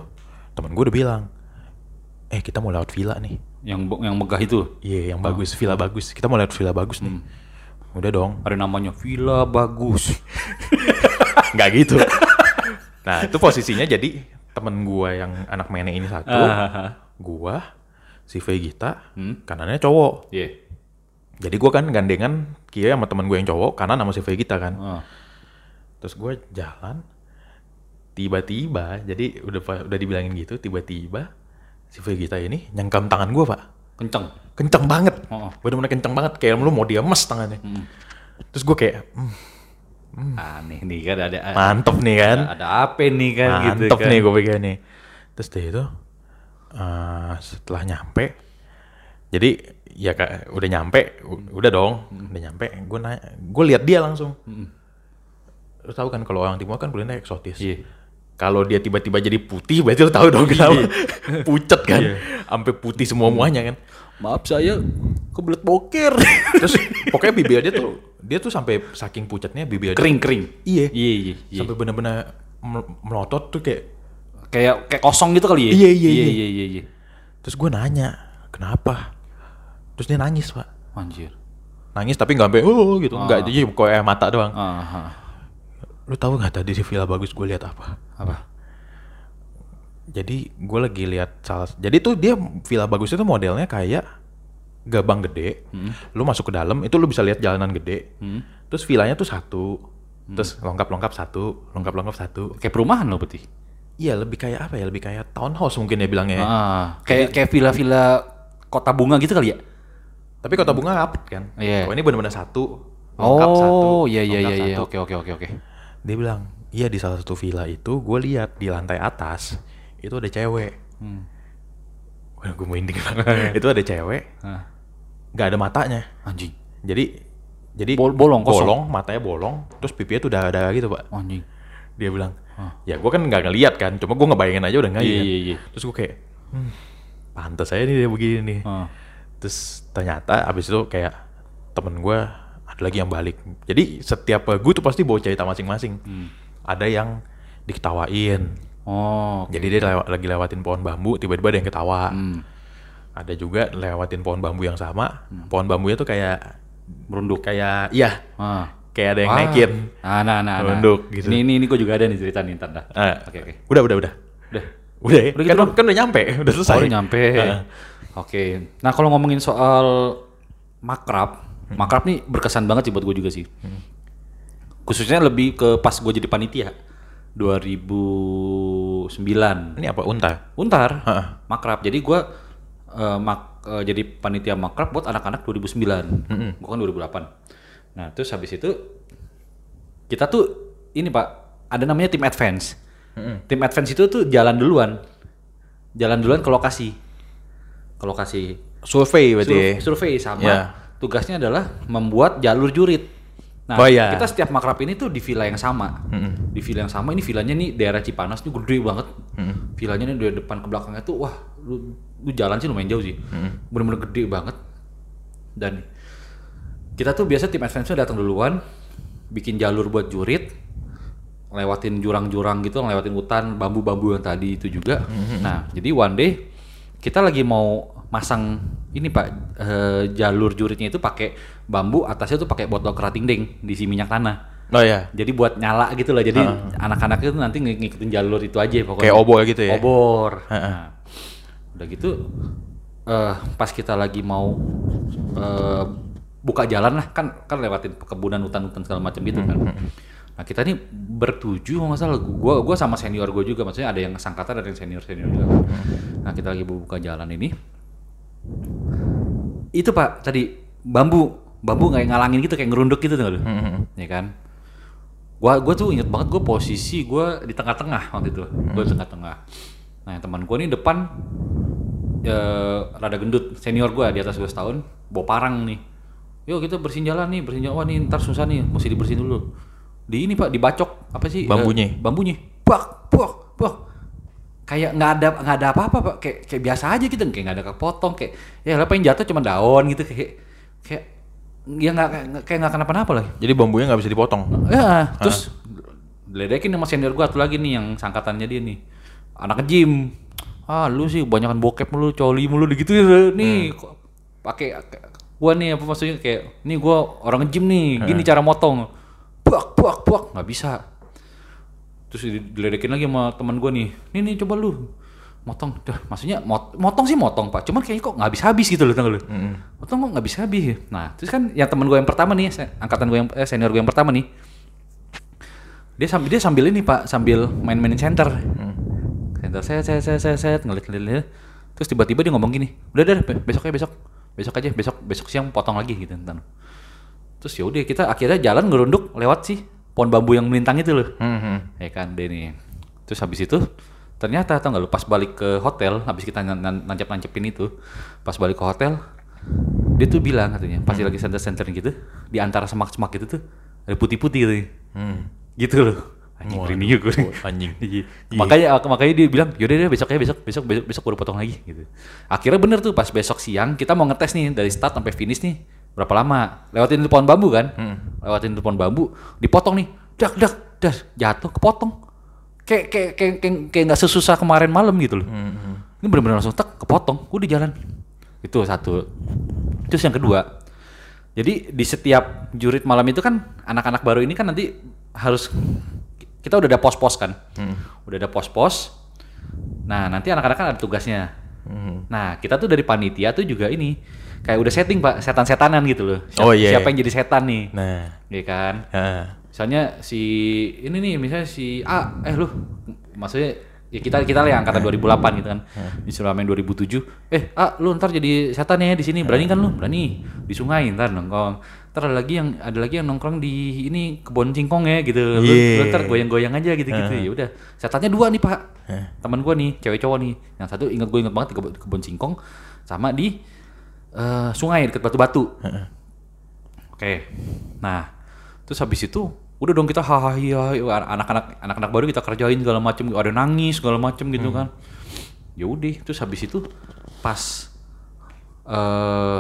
B: temen gue udah bilang eh kita mau lewat villa nih
A: Yang bo- yang megah itu
B: iya yang
A: Ah,
B: bagus villa bagus kita mau lewat villa bagus nih
A: Hmm.
B: udah dong
A: ada namanya Villa Bagus.
B: nggak gitu nah itu posisinya jadi temen gue yang anak mene ini satu
A: Ah.
B: gue si Vegita
A: Hmm.
B: kanannya cowok
A: Iya.
B: Jadi gue kan gandengan Kia sama temen gue yang cowok karena nama si Vegeta kan.
A: Ah.
B: Terus gue jalan, tiba-tiba, jadi udah pa- udah dibilangin gitu, tiba-tiba si Vegeta ini nyengkam tangan gue pak,
A: Kenceng.
B: kenceng banget,
A: Oh.
B: bener-bener kenceng banget, kayak lu mau diemes tangannya. Terus gue kayak "Hmm,
A: Hmm. Aneh nih kan ada ada,
B: mantep nih kan,
A: ada apa nih kan gitu
B: mantep
A: kan.
B: nih gue pikir nih. Terus dia itu eh, setelah nyampe, jadi ya kak udah nyampe, u- udah dong, udah nyampe, gue nanya, gue lihat dia langsung.
A: Mm.
B: lu tahu kan kalau orang timur kan kulitnya eksotis.
A: Iya.
B: Kalau dia tiba-tiba jadi putih berarti lu tahu dong kenapa pucet kan,
A: Iya.
B: sampai putih
A: Mm.
B: semua muanya kan.
A: Maaf saya kebelet boker.
B: Terus pokoknya bibir dia tuh dia tuh sampai saking pucetnya bibir dia-
A: kering kering. Iya
B: Iya.
A: iya. iya.
B: Sampai benar-benar mel- melotot tuh kayak.
A: Kayak kayak kosong gitu kali ya.
B: Iya,
A: iya
B: iya, iya.
A: iya iya. iya.
B: Terus gue nanya kenapa? Terus dia nangis pak.
A: Anjir.
B: Nangis tapi nggak sampai
A: Ah.
B: oh gitu, nggak jadi kok air mata doang.
A: Aha.
B: Lu tahu nggak tadi si villa bagus gue lihat apa?
A: Apa?
B: Jadi gue lagi lihat salah. Jadi tuh dia villa bagus itu modelnya kayak gabang gede.
A: Hmm.
B: Lu masuk ke dalam itu lu bisa lihat jalanan gede. Terus villanya tuh satu.
A: Hmm.
B: Terus lengkap-lengkap satu, lengkap-lengkap satu.
A: Kayak perumahan loh berarti.
B: Iya lebih kayak apa ya? Lebih kayak townhouse mungkin ya bilangnya. ya.
A: Ah, kayak kayak villa-villa kota bunga gitu kali ya?
B: Tapi kota bunga rapet kan.
A: Iya.
B: Kalau ini benar-benar satu, lengkap satu,
A: Oh, iya iya
B: lengkap
A: iya iya.
B: satu.
A: Oke oke oke oke.
B: Dia bilang, iya di salah satu villa itu gue lihat di lantai atas itu ada cewek.
A: Hmm.
B: Wah, gue merinding. itu ada cewek
A: Ah,
B: nggak ada matanya
A: anjing.
B: jadi jadi
A: Bol- bolong, kosong.
B: bolong matanya bolong terus pipinya tuh darah-darah gitu pak
A: Anjing.
B: dia bilang ya gue kan nggak ngeliat kan cuma gue ngebayangin aja udah ngeliat
A: Iya, iya, iya.
B: terus gue kayak hmm, pantas aja nih dia begini nih
A: Ah.
B: terus ternyata abis itu kayak temen gue ada lagi yang balik jadi setiap gue tuh pasti bawa cerita masing-masing
A: Hmm.
B: ada yang diketawain
A: Oh.
B: jadi dia lewa- lagi lewatin pohon bambu tiba-tiba ada yang ketawa
A: Hmm.
B: ada juga lewatin pohon bambu yang sama pohon bambunya tuh kayak
A: Merunduk.
B: kayak iya
A: Ah.
B: kayak ada yang
A: Wah.
B: naikin.
A: Nah, nah, nah. nah.
B: Nunduk gitu.
A: Ini, ini, ini gue juga ada nih cerita nih, ntar dah.
B: Ah,
A: Oke, oke.
B: Udah, udah, udah.
A: Udah.
B: Udah ya?
A: Udah gitu
B: kan, kan udah nyampe, udah selesai. Eh,
A: Oh, udah nyampe.
B: Heeh.
A: Oke. Nah, kalau ngomongin soal makrab, makrab nih berkesan banget sih buat gue juga sih. Khususnya lebih ke pas gue jadi panitia 2009
B: Ini apa unta?
A: Untar,
B: Heeh.
A: makrab. Jadi gue eh, mak- eh, jadi panitia makrab buat anak-anak 2009. Gue kan 2008. Nah, terus habis itu kita tuh ini Pak, ada namanya tim advance. Tim advance itu tuh jalan duluan. Jalan duluan ke lokasi. Ke lokasi.
B: Survei
A: Survei, survei sama.
B: Ya.
A: Tugasnya adalah membuat jalur jurit. Nah,
B: Oh, iya.
A: kita setiap makrab ini tuh di villa yang sama. Di villa yang sama ini villanya nih daerah Cipanas nih gede banget.
B: hmm.
A: Villanya nih dari depan ke belakangnya tuh wah lu, lu jalan sih lumayan jauh sih.
B: Hmm.
A: Bener-bener gede banget. Dan kita tuh biasa tim advance datang duluan, bikin jalur buat jurit, lewatin jurang-jurang gitu, lewatin hutan, bambu-bambu yang tadi itu juga.
B: Hmm.
A: Nah, jadi one day kita lagi mau masang ini Pak eh, jalur juritnya itu pakai bambu, atasnya tuh pakai botol kerating ding diisi minyak tanah.
B: Oh ya.
A: Jadi buat nyala gitu lah. Jadi anak-anak itu nanti ng- ngikutin jalur itu aja pokoknya.
B: Kayak obor gitu ya?
A: Obor.
B: Heeh.
A: Nah, udah gitu eh pas kita lagi mau eh, buka jalan lah kan kan lewatin perkebunan hutan-hutan segala macam gitu kan.
B: Mm-hmm.
A: Nah, kita nih bertujuh kalau nggak salah gua gua sama senior gua juga maksudnya ada yang sangkatan ada yang senior-senior juga.
B: Mm-hmm.
A: Nah, kita lagi mau buka jalan ini. Itu Pak tadi bambu bambu kayak ngalangin gitu kayak ngerunduk gitu tuh
B: Hmm,
A: ya kan gua gua tuh inget banget gue posisi gua di tengah-tengah waktu itu gue di tengah-tengah nah teman gua nih depan eh, rada gendut senior gua di atas gue setahun bawa parang nih yuk kita bersihin jalan nih bersihin jalan wah nih ntar susah nih mesti dibersihin dulu di ini pak dibacok apa sih Eh,
B: Bambunya?
A: bambunya bak bak bak kayak nggak ada nggak ada apa-apa pak kayak kayak biasa aja gitu kayak nggak ada kepotong kayak ya lah paling jatuh cuma daun gitu kayak kayak ya nggak nggak- kayak nggak kenapa-napa lah
B: Jadi bambunya nggak bisa dipotong.
A: Ya, terus ledekin sama senior gua satu lagi nih yang sangkatannya dia nih. Anak gym. Ah, lu sih banyakan bokep mulu, coli mulu gitu nih. kok Pakai gua nih apa maksudnya kayak nih gua orang gym nih, gini cara motong. Buak buak buak nggak bisa. Terus di- diledekin lagi sama teman gua nih. Nih nih coba lu motong dah maksudnya mot- motong sih motong pak cuman kayaknya kok nggak habis habis gitu loh tanggal lu
B: Hmm,
A: motong kok nggak habis habis nah terus kan yang teman gua yang pertama nih se- angkatan gua yang eh, senior gua yang pertama nih dia sambil dia sambil ini pak sambil main-mainin center
B: hmm.
A: center set set set set set ngeliat ngeliat ngeliat. terus tiba-tiba dia ngomong gini udah udah be- besok aja besok besok aja besok besok siang potong lagi gitu ntar terus ya udah kita akhirnya jalan ngerunduk lewat sih pohon bambu yang melintang itu loh
B: Hmm,
A: ya kan deh nih terus habis itu ternyata tau nggak lu pas balik ke hotel habis kita nan- nan- nancep-nancepin itu pas balik ke hotel dia tuh bilang katanya pas dia lagi center-centerin gitu di antara semak-semak gitu tuh ada putih-putih gitu
B: Hmm.
A: gitu loh anjing merinding gue
B: Anjing.
A: Iya. makanya makanya dia bilang yaudah deh besok ya besok besok besok besok baru potong lagi gitu akhirnya bener tuh pas besok siang kita mau ngetes nih dari start sampai finish nih berapa lama lewatin itu pohon bambu kan
B: Hmm,
A: lewatin itu pohon bambu dipotong nih dak dak dak jatuh kepotong kayak kayak kayak kayak kayak nggak sesusah kemarin malam gitu loh
B: hmm,
A: ini bener-bener langsung tek kepotong gue di jalan itu satu terus yang kedua jadi di setiap jurit malam itu kan anak-anak baru ini kan nanti harus kita udah ada pos-pos kan,
B: Hmm.
A: udah ada pos-pos. Nah nanti anak-anak kan ada tugasnya.
B: Hmm.
A: Nah kita tuh dari panitia tuh juga ini kayak udah setting pak setan-setanan gitu loh. Siapa,
B: Oh, iya,
A: siapa
B: iya.
A: yang jadi setan nih,
B: Nah.
A: ya kan?
B: Ah.
A: Misalnya si ini nih misalnya si A, eh lu maksudnya ya kita kita lah yang angkatan 2008 gitu kan. Disuruh main 2007. Eh, A, lu ntar jadi setan ya di sini. Berani kan lu? Berani. Di sungai ntar nongkrong. Ntar ada lagi yang ada lagi yang nongkrong di ini kebun singkong ya gitu. Lu,
B: Yeah.
A: lu ntar goyang-goyang aja gitu-gitu. Ya udah. Setannya dua nih, Pak. Temen gua nih, cewek cowok nih. Yang satu ingat gue ingat banget di kebun, di kebun singkong sama di eh, sungai dekat batu-batu. Oke. Nah, terus habis itu udah dong kita hahaha anak-anak anak-anak baru kita kerjain segala macem ada yang nangis segala macem gitu kan. Ya udah, terus habis itu pas eh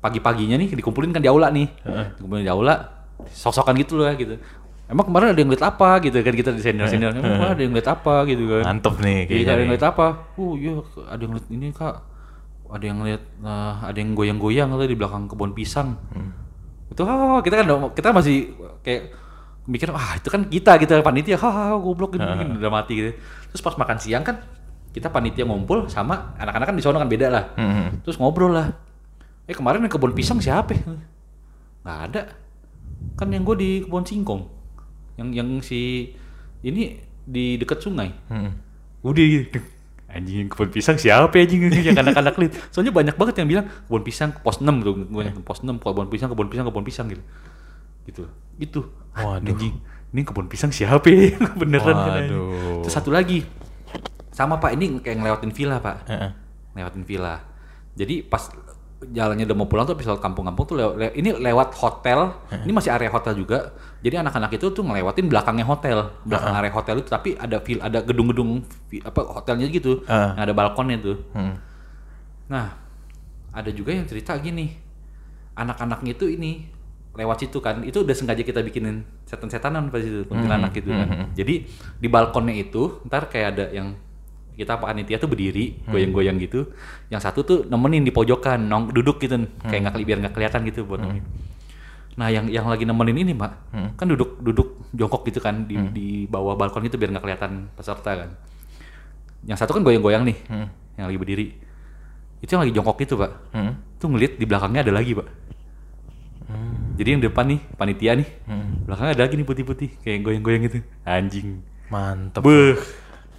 A: pagi-paginya nih dikumpulin kan di aula nih. Dikumpulin di aula sok-sokan gitu lah gitu. Emang kemarin ada yang lihat apa gitu kan kita di senior-senior. Emang kemarin ada yang lihat apa gitu kan.
B: Mantep nih
A: Iya, ada yang
B: kayaknya. nih.
A: ngeliat apa? Oh iya, ada yang ngeliat ini eh, kak. Ada yang ngeliat, nah, ada yang goyang-goyang tadi di belakang kebun pisang. itu oh, kita kan kita masih kayak mikir ah itu kan kita gitu panitia hahaha goblok gini, gini, udah mati gitu terus pas makan siang kan kita panitia ngumpul sama anak-anak kan di sono kan beda lah
B: Mm-mm.
A: terus ngobrol lah eh kemarin yang kebun pisang siapa ya? nggak ada kan yang gue di kebun singkong yang yang si ini di dekat sungai
B: Mm-mm.
A: udah gitu. anjing kebun pisang siapa ya anjing yang anak-anak lihat soalnya banyak banget yang bilang kebun pisang pos 6 tuh banyak pos 6 kebun pisang kebun pisang kebun pisang gitu gitu itu Ah,
B: Waduh.
A: anjing ini kebun pisang siapa ya beneran kan, anjing.
B: Waduh.
A: terus satu lagi sama pak ini kayak ngelewatin villa pak
B: Heeh.
A: lewatin villa. Jadi pas jalannya udah mau pulang tuh episode kampung-kampung tuh lew- le- ini lewat hotel. Ini masih area hotel juga. Jadi anak-anak itu tuh ngelewatin belakangnya hotel, belakang area hotel itu tapi ada vil- ada gedung-gedung vi- apa hotelnya gitu.
B: Heeh.
A: Yang ada balkonnya tuh.
B: Mm-mm.
A: Nah, ada juga yang cerita gini. Anak-anaknya itu ini lewat situ kan. Itu udah sengaja kita bikinin setan-setanan pas itu, kuntilanak gitu kan. Jadi di balkonnya itu ntar kayak ada yang kita panitia tuh berdiri goyang-goyang gitu. Yang satu tuh nemenin di pojokan, nong duduk gitu kayak nggak keli- biar nggak kelihatan gitu buat nemenin. Nah, yang yang lagi nemenin ini, Mbak, kan duduk duduk jongkok gitu kan di di bawah balkon gitu biar nggak kelihatan peserta kan. Yang satu kan goyang-goyang nih, yang lagi berdiri. Itu yang lagi jongkok itu, Pak.
B: Mm-mm.
A: Itu ngeliat di belakangnya ada lagi, Pak. Jadi yang depan nih, panitia nih. Belakangnya ada lagi nih putih-putih, kayak yang goyang-goyang gitu. Anjing.
B: Mantep.
A: Beuh.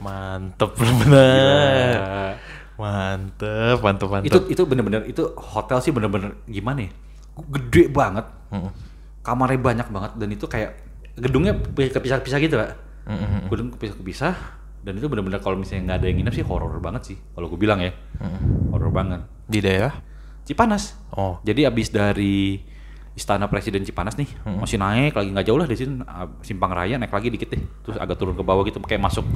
B: Mantep Eh. bener.
A: Gila.
B: Mantep, mantep, mantep.
A: Itu itu bener-bener itu hotel sih bener-bener gimana ya? Gede banget. Kamarnya banyak banget dan itu kayak gedungnya kepisah-pisah gitu, Pak. Gedung kepisah-kepisah dan itu bener-bener kalau misalnya nggak ada yang nginep sih horor banget sih kalau gue bilang ya. Horor banget.
B: Di daerah?
A: Cipanas.
B: Oh.
A: Jadi abis dari Istana Presiden Cipanas nih, masih naik lagi nggak jauh lah di sini ah, Simpang Raya naik lagi dikit deh, terus agak turun ke bawah gitu, kayak masuk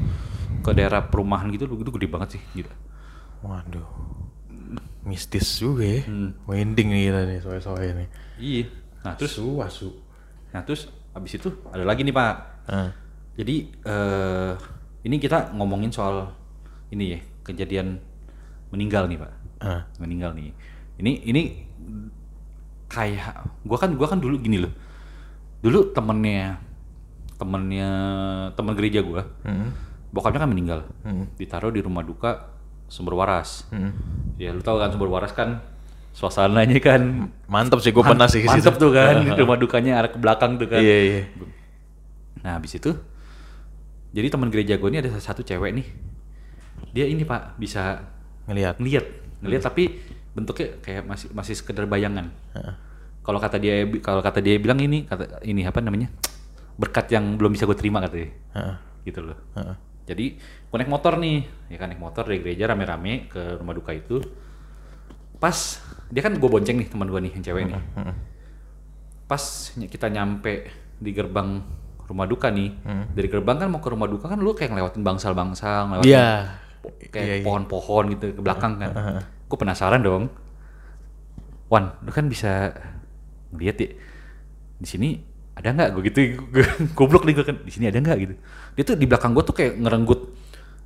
A: ke daerah perumahan gitu, itu gede banget sih. Gitu.
B: Waduh. Mistis juga ya.
A: Hmm.
B: Winding nih kita nih, soe-soe nih.
A: Iya. Nah terus,
B: Asu, asu.
A: nah terus abis itu ada lagi nih Pak.
B: Ah.
A: Jadi eh ini kita ngomongin soal ini ya kejadian meninggal nih Pak.
B: Ah.
A: Meninggal nih. Ini ini kayak gua kan gua kan dulu gini loh. Dulu temennya temennya temen gereja gua. Bokapnya kan meninggal.
B: Hmm.
A: Ditaruh di rumah duka Sumber Waras. Ya lu tahu kan Sumber Waras kan suasananya kan
B: Mantep sih, gue pernah sih ke situ.
A: mantep tuh kan di rumah dukanya arah ke belakang tuh kan.
B: Iya, iya.
A: Nah, habis itu jadi teman gereja gue ini ada satu cewek nih. Dia ini, Pak, bisa
B: Ngelihat.
A: ngeliat, ngeliat tapi bentuknya kayak masih masih sekedar bayangan. Kalau kata dia kalau kata dia bilang ini kata ini apa namanya? berkat yang belum bisa gue terima katanya.
B: Heeh.
A: Gitu loh.
B: Heeh.
A: Jadi gue naik motor nih, ya kan naik motor dari gereja rame-rame ke rumah duka itu. Pas dia kan gue bonceng nih teman gue nih yang cewek nih. Pas ny- kita nyampe di gerbang rumah duka nih, dari gerbang kan mau ke rumah duka kan lu kayak ngelewatin bangsal-bangsal, ngelewatin
B: Iya.
A: po-
B: Iya,
A: kayak
B: iya.
A: pohon-pohon gitu ke belakang kan. Gue penasaran dong. Wan, lu kan bisa lihat ya di sini ada nggak gue gitu gue goblok nih gue kan di sini ada nggak gitu dia tuh di belakang gue tuh kayak ngerenggut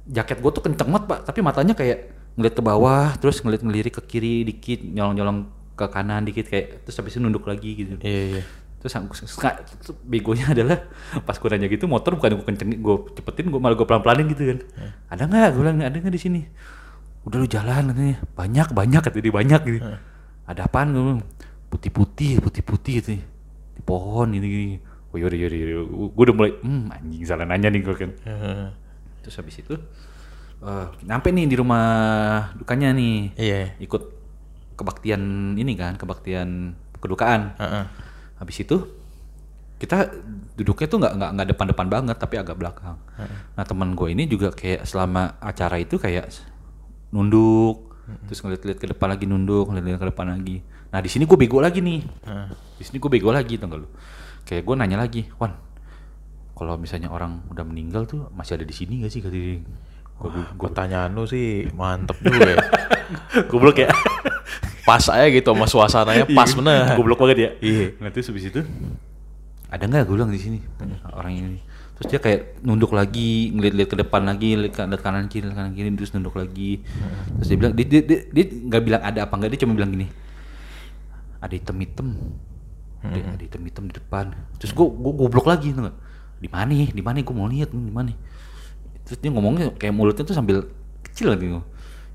A: jaket gue tuh kenceng banget pak tapi matanya kayak ngeliat ke bawah terus ngeliat ngelirik ke kiri dikit nyolong nyolong ke kanan dikit kayak terus habis itu nunduk lagi gitu
B: Iya, iya.
A: terus aku suka- terus begonya adalah pas gue nanya gitu motor bukan gue kencengin gue cepetin gue malah gue pelan pelanin gitu kan ada nggak gue bilang ada nggak di sini udah lu jalan katanya banyak banyak katanya dia banyak gitu ada apaan gue putih putih putih putih gitu di pohon gini gini oh yaudah yaudah, yaudah. gue udah mulai hmm anjing salah nanya nih gue kan
B: Heeh.
A: terus habis itu eh nyampe nih di rumah dukanya nih
B: Iya.
A: ikut kebaktian ini kan kebaktian kedukaan
B: Heeh.
A: Habis itu kita duduknya tuh nggak nggak nggak depan-depan banget tapi agak belakang. Nah teman gue ini juga kayak selama acara itu kayak s- nunduk, terus ngeliat-liat ke depan lagi nunduk, ngeliat-liat ke depan lagi. Nah di sini gue bego lagi nih. Di sini gue bego lagi tau nggak lu? Kayak gue nanya lagi, Wan, kalau misalnya orang udah meninggal tuh masih ada di sini gak sih kata dia.
B: Wah, pertanyaan lu "Anu sih mantep juga ya.
A: Goblok ya.
B: Pas aja gitu sama suasananya pas bener.
A: Iya. Goblok banget ya.
B: Iya.
A: Nah terus habis itu ada nggak gue bilang di sini orang ini. Terus dia kayak nunduk lagi, ngeliat-liat ke depan lagi, lihat ke lihat kanan kiri, lihat kanan kiri, terus nunduk lagi.
B: Hmm.
A: Terus dia bilang, dia dia- dia dia nggak bilang ada apa nggak, dia cuma bilang gini, ada item-item,
B: Hmm.
A: Ada- ada hitam-hitam di depan. Terus gue gue goblok lagi tuh Di mana? nih? Di mana? Gue mau lihat nih, di mana? Terus dia ngomongnya kayak mulutnya tuh sambil kecil gitu.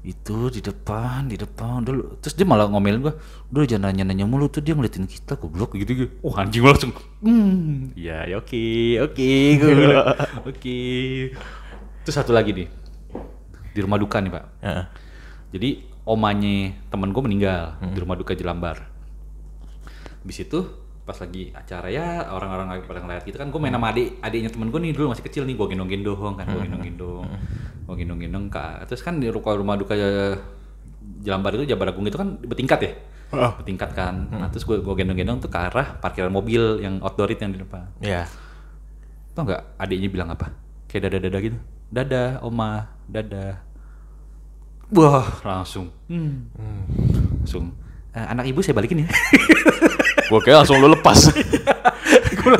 A: Itu di depan, di depan dulu. Terus dia malah ngomelin gua, "Udah jangan nanya-nanya mulu tuh dia ngeliatin kita goblok gitu gitu." Oh, anjing gua langsung. Hmm, ya, ya oke, oke, gua bilang. Oke. Terus satu lagi nih. Di rumah duka nih, Pak.
B: Heeh.
A: Jadi omanya temen gue meninggal di rumah duka Jelambar. Di situ pas lagi acara ya orang-orang lagi pada ngeliat gitu kan gue main sama adik adiknya temen gue nih dulu masih kecil nih gue gendong-gendong kan gue gendong-gendong gue gendong-gendong kak terus kan di rumah rumah duka eh, Jelambar itu Jabaragung itu kan bertingkat ya bertingkat kan nah terus gue gue gendong-gendong tuh ke arah parkiran mobil yang outdoor itu yang di depan
B: Iya.
A: Tau nggak adiknya bilang apa? Kayak dada-dada gitu. Dada, oma, dada. Wah, langsung. Hmm. Langsung. "Eh, anak ibu saya balikin ya.
B: Gue kayak langsung lu lepas.
A: Gua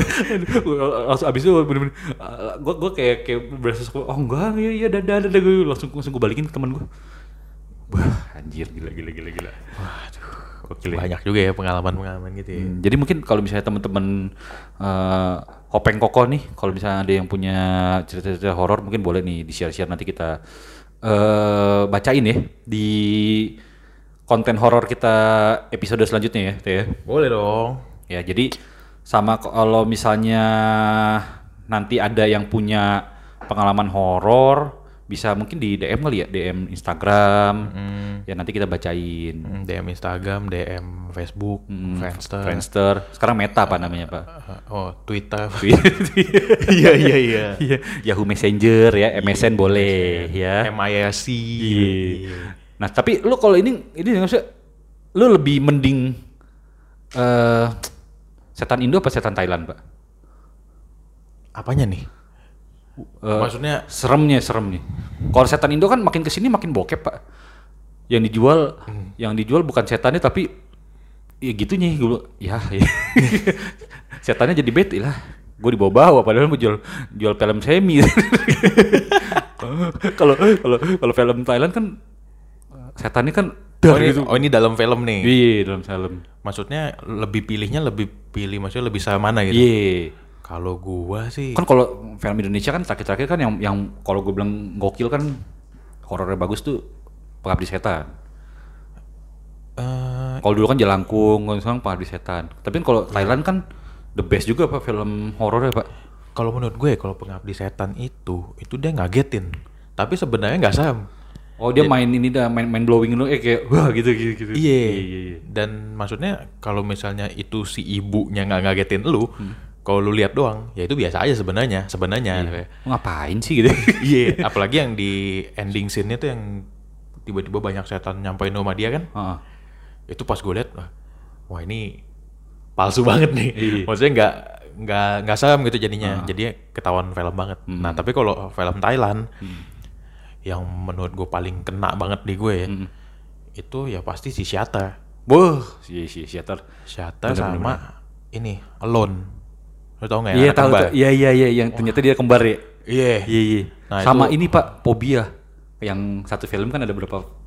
A: lang- langsung abis itu bener-bener eh, gua gua kayak kayak berasa sok- oh enggak iya iya dada dada gue langsung langsung gua balikin ke teman gua. Wah, anjir gila gila gila gila. Gokil ya.
B: Banyak juga ya pengalaman-pengalaman gitu ya.
A: Hmm, Jadi mungkin kalau misalnya teman-teman eh, Hopeng Koko nih, kalau misalnya ada yang punya cerita-cerita horor mungkin boleh nih di-share-share nanti kita eh bacain ya di konten horor kita episode selanjutnya ya, Teh ya.
B: Boleh dong.
A: Ya, jadi sama kalau misalnya nanti ada yang punya pengalaman horor bisa mungkin di DM kali ya, DM Instagram. Ya nanti kita bacain. Hmm.
B: Hmm, DM Instagram, DM Facebook, Friendster,
A: Friendster. Sekarang Meta apa namanya, Pak?
B: eh, oh Twitter.
A: Iya iya iya. Yahoo Messenger ya, MSN boleh ya.
B: MIRC.
A: Iya. Nah, tapi lu kalau ini ini maksudnya lu lebih mending eh setan Indo apa setan Thailand, Pak?
B: Apanya nih?
A: Eh,
B: Maksudnya
A: seremnya serem nih. Kalau setan Indo kan makin kesini makin bokep, Pak. Yang dijual yang dijual bukan setannya tapi ya gitu nih gue bilang, ya, ya. setannya jadi bete lah gue dibawa-bawa padahal gue jual jual film semi kalau kalau kalau film Thailand kan setannya kan
B: oh
A: dar
B: ini,
A: gitu
B: oh, ini dalam film nih.
A: iya dalam film
B: Maksudnya lebih pilihnya lebih pilih maksudnya lebih sama mana gitu.
A: iya
B: Kalau gua sih
A: kan kalau film Indonesia kan terakhir-terakhir kan yang yang kalau gue bilang gokil kan horornya bagus tuh pengabdi setan
B: eh,
A: Kalau dulu kan Jelangkung, kalau sekarang Pengabdi Setan. Tapi kan kalau Thailand kan the best juga pak film horornya pak.
B: kalau menurut gue kalau pengabdi setan itu itu dia ngagetin. Tapi sebenarnya nggak sam.
A: Oh dia main ini dah main main blowing dulu eh kayak wah gitu gitu gitu.
B: Iya. Dan maksudnya kalau misalnya itu si ibunya nggak ngagetin lu, kalau lu lihat doang, ya itu biasa aja sebenarnya, sebenarnya.
A: Iya, Lu Ngapain sih gitu?
B: Iya. Apalagi yang di ending scene-nya tuh yang tiba-tiba banyak setan nyampein rumah dia kan.
A: Heeh.
B: Itu pas gue lihat, wah, wah ini palsu banget nih.
A: Iya.
B: Maksudnya nggak nggak nggak serem gitu jadinya. Jadi ketahuan film banget.
A: Hmm.
B: Nah tapi kalau film Thailand yang menurut gue paling kena banget di gue ya,
A: Hmm.
B: itu ya pasti si Shatter.
A: Wah, si si theater.
B: Shatter sama ini Alone. Lo tau nggak ya?
A: Iya
B: anak
A: tahu
B: kembar?
A: tahu. Iya iya iya yang ternyata dia kembar ya.
B: Iya.
A: Iya iya.
B: Nah,
A: Sama ini pak Pobia yang satu film kan ada berapa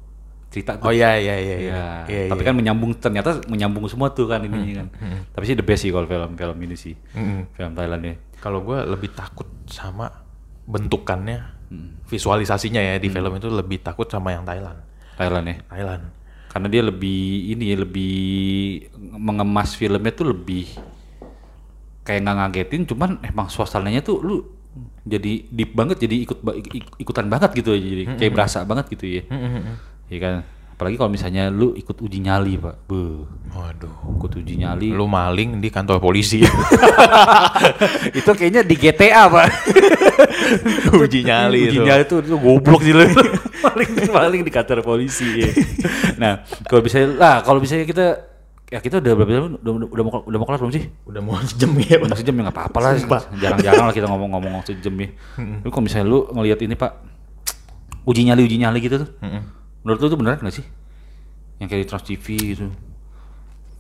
A: cerita
B: Oh iya iya iya.
A: Iya.
B: iya. Iya.
A: Tapi kan menyambung ternyata menyambung semua tuh kan ini kan. Tapi sih the best sih kalau film-film ini sih. Film Thailand ya.
B: Kalau gue lebih takut sama bentukannya, Hmm. visualisasinya ya di film itu lebih takut sama yang Thailand.
A: Thailand ya.
B: Thailand.
A: Karena dia lebih ini ya, lebih mengemas filmnya tuh lebih kayak nggak ngagetin, cuman emang suasananya tuh lu jadi deep banget, jadi ikut ba- ik- ikutan banget gitu, jadi kayak berasa banget gitu ya,
B: Hmm,
A: Iya kan. Apalagi kalau misalnya lu ikut uji nyali pak, Beuh,
B: Waduh.
A: ikut uji nyali.
B: Lu maling di kantor polisi.
A: itu kayaknya di GTA pak.
B: Uji nyali
A: uji
B: itu.
A: nyali tuh, tuh goblok sih lu. paling paling di kantor polisi. ya. nah kalau bisa, lah kalau misalnya kita ya kita udah berapa jam? Udah, udah, udah mau udah mau kelar belum sih?
B: Udah mau sejam ya.
A: Udah sejam ya nggak apa-apa lah.
B: Sumpah.
A: Jarang-jarang lah kita ngomong-ngomong sejam ya. Tapi kalau misalnya lu ngelihat ini pak, uji nyali uji nyali gitu tuh,
B: Hmm,
A: menurut lu tuh beneran nggak sih? Yang kayak di Trans TV gitu.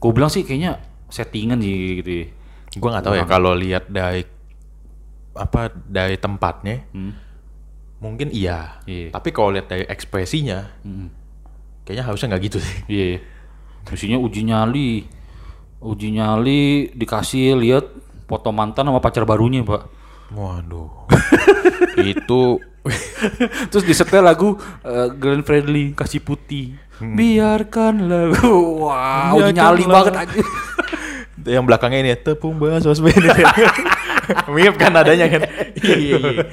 A: Gue bilang sih kayaknya settingan sih gitu. ya.
B: Gue nggak tahu ya kalau lihat dari apa dari tempatnya,
A: Hmm,
B: mungkin iya.
A: Iya.
B: Tapi kalau lihat dari
A: hmm,
B: ekspresinya, kayaknya harusnya nggak gitu sih.
A: Iya. Mestinya uji iya. nyali uji nyali dikasih lihat foto mantan sama pacar barunya pak
B: Waduh. itu
A: terus disetel lagu eh, Glenn Fredly kasih putih biarkan lagu wah uji
B: Biarkanlah.
A: nyali banget aja
B: yang belakangnya ini ya, tepung bakso sepeda. Mirip kan adanya kan.
A: Iya, iya.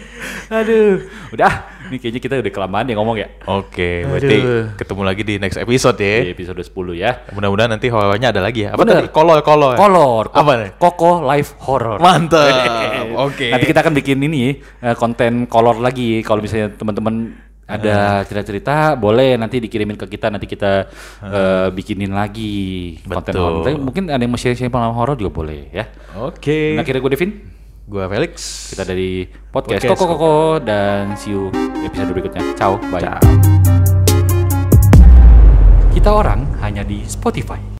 A: aduh udah ini kayaknya kita udah kelamaan ya ngomong ya
B: Oke, berarti
A: Aduh.
B: ketemu lagi di next episode
A: di
B: ya.
A: episode 10 ya
B: Mudah-mudahan nanti horornya ada lagi ya. Apa
A: Bener.
B: tadi? Kolor, kolor.
A: kolor
B: Apa nih?
A: koko live horror
B: Mantap. Oke.
A: Nanti kita akan bikin ini eh, konten kolor lagi kalau misalnya teman-teman ada
B: Eh.
A: cerita-cerita boleh nanti dikirimin ke kita nanti kita eh, bikinin lagi konten
B: Betul.
A: horor. Tapi Mungkin ada yang mau share-share pengalaman horor juga boleh ya.
B: Oke.
A: Nah, kira gue Devin,
B: Gua Felix.
A: kita dari podcast
B: Podcast.
A: Koko Koko dan see you di episode berikutnya. Ciao, bye.
B: Ciao.
A: Kita orang hanya di Spotify.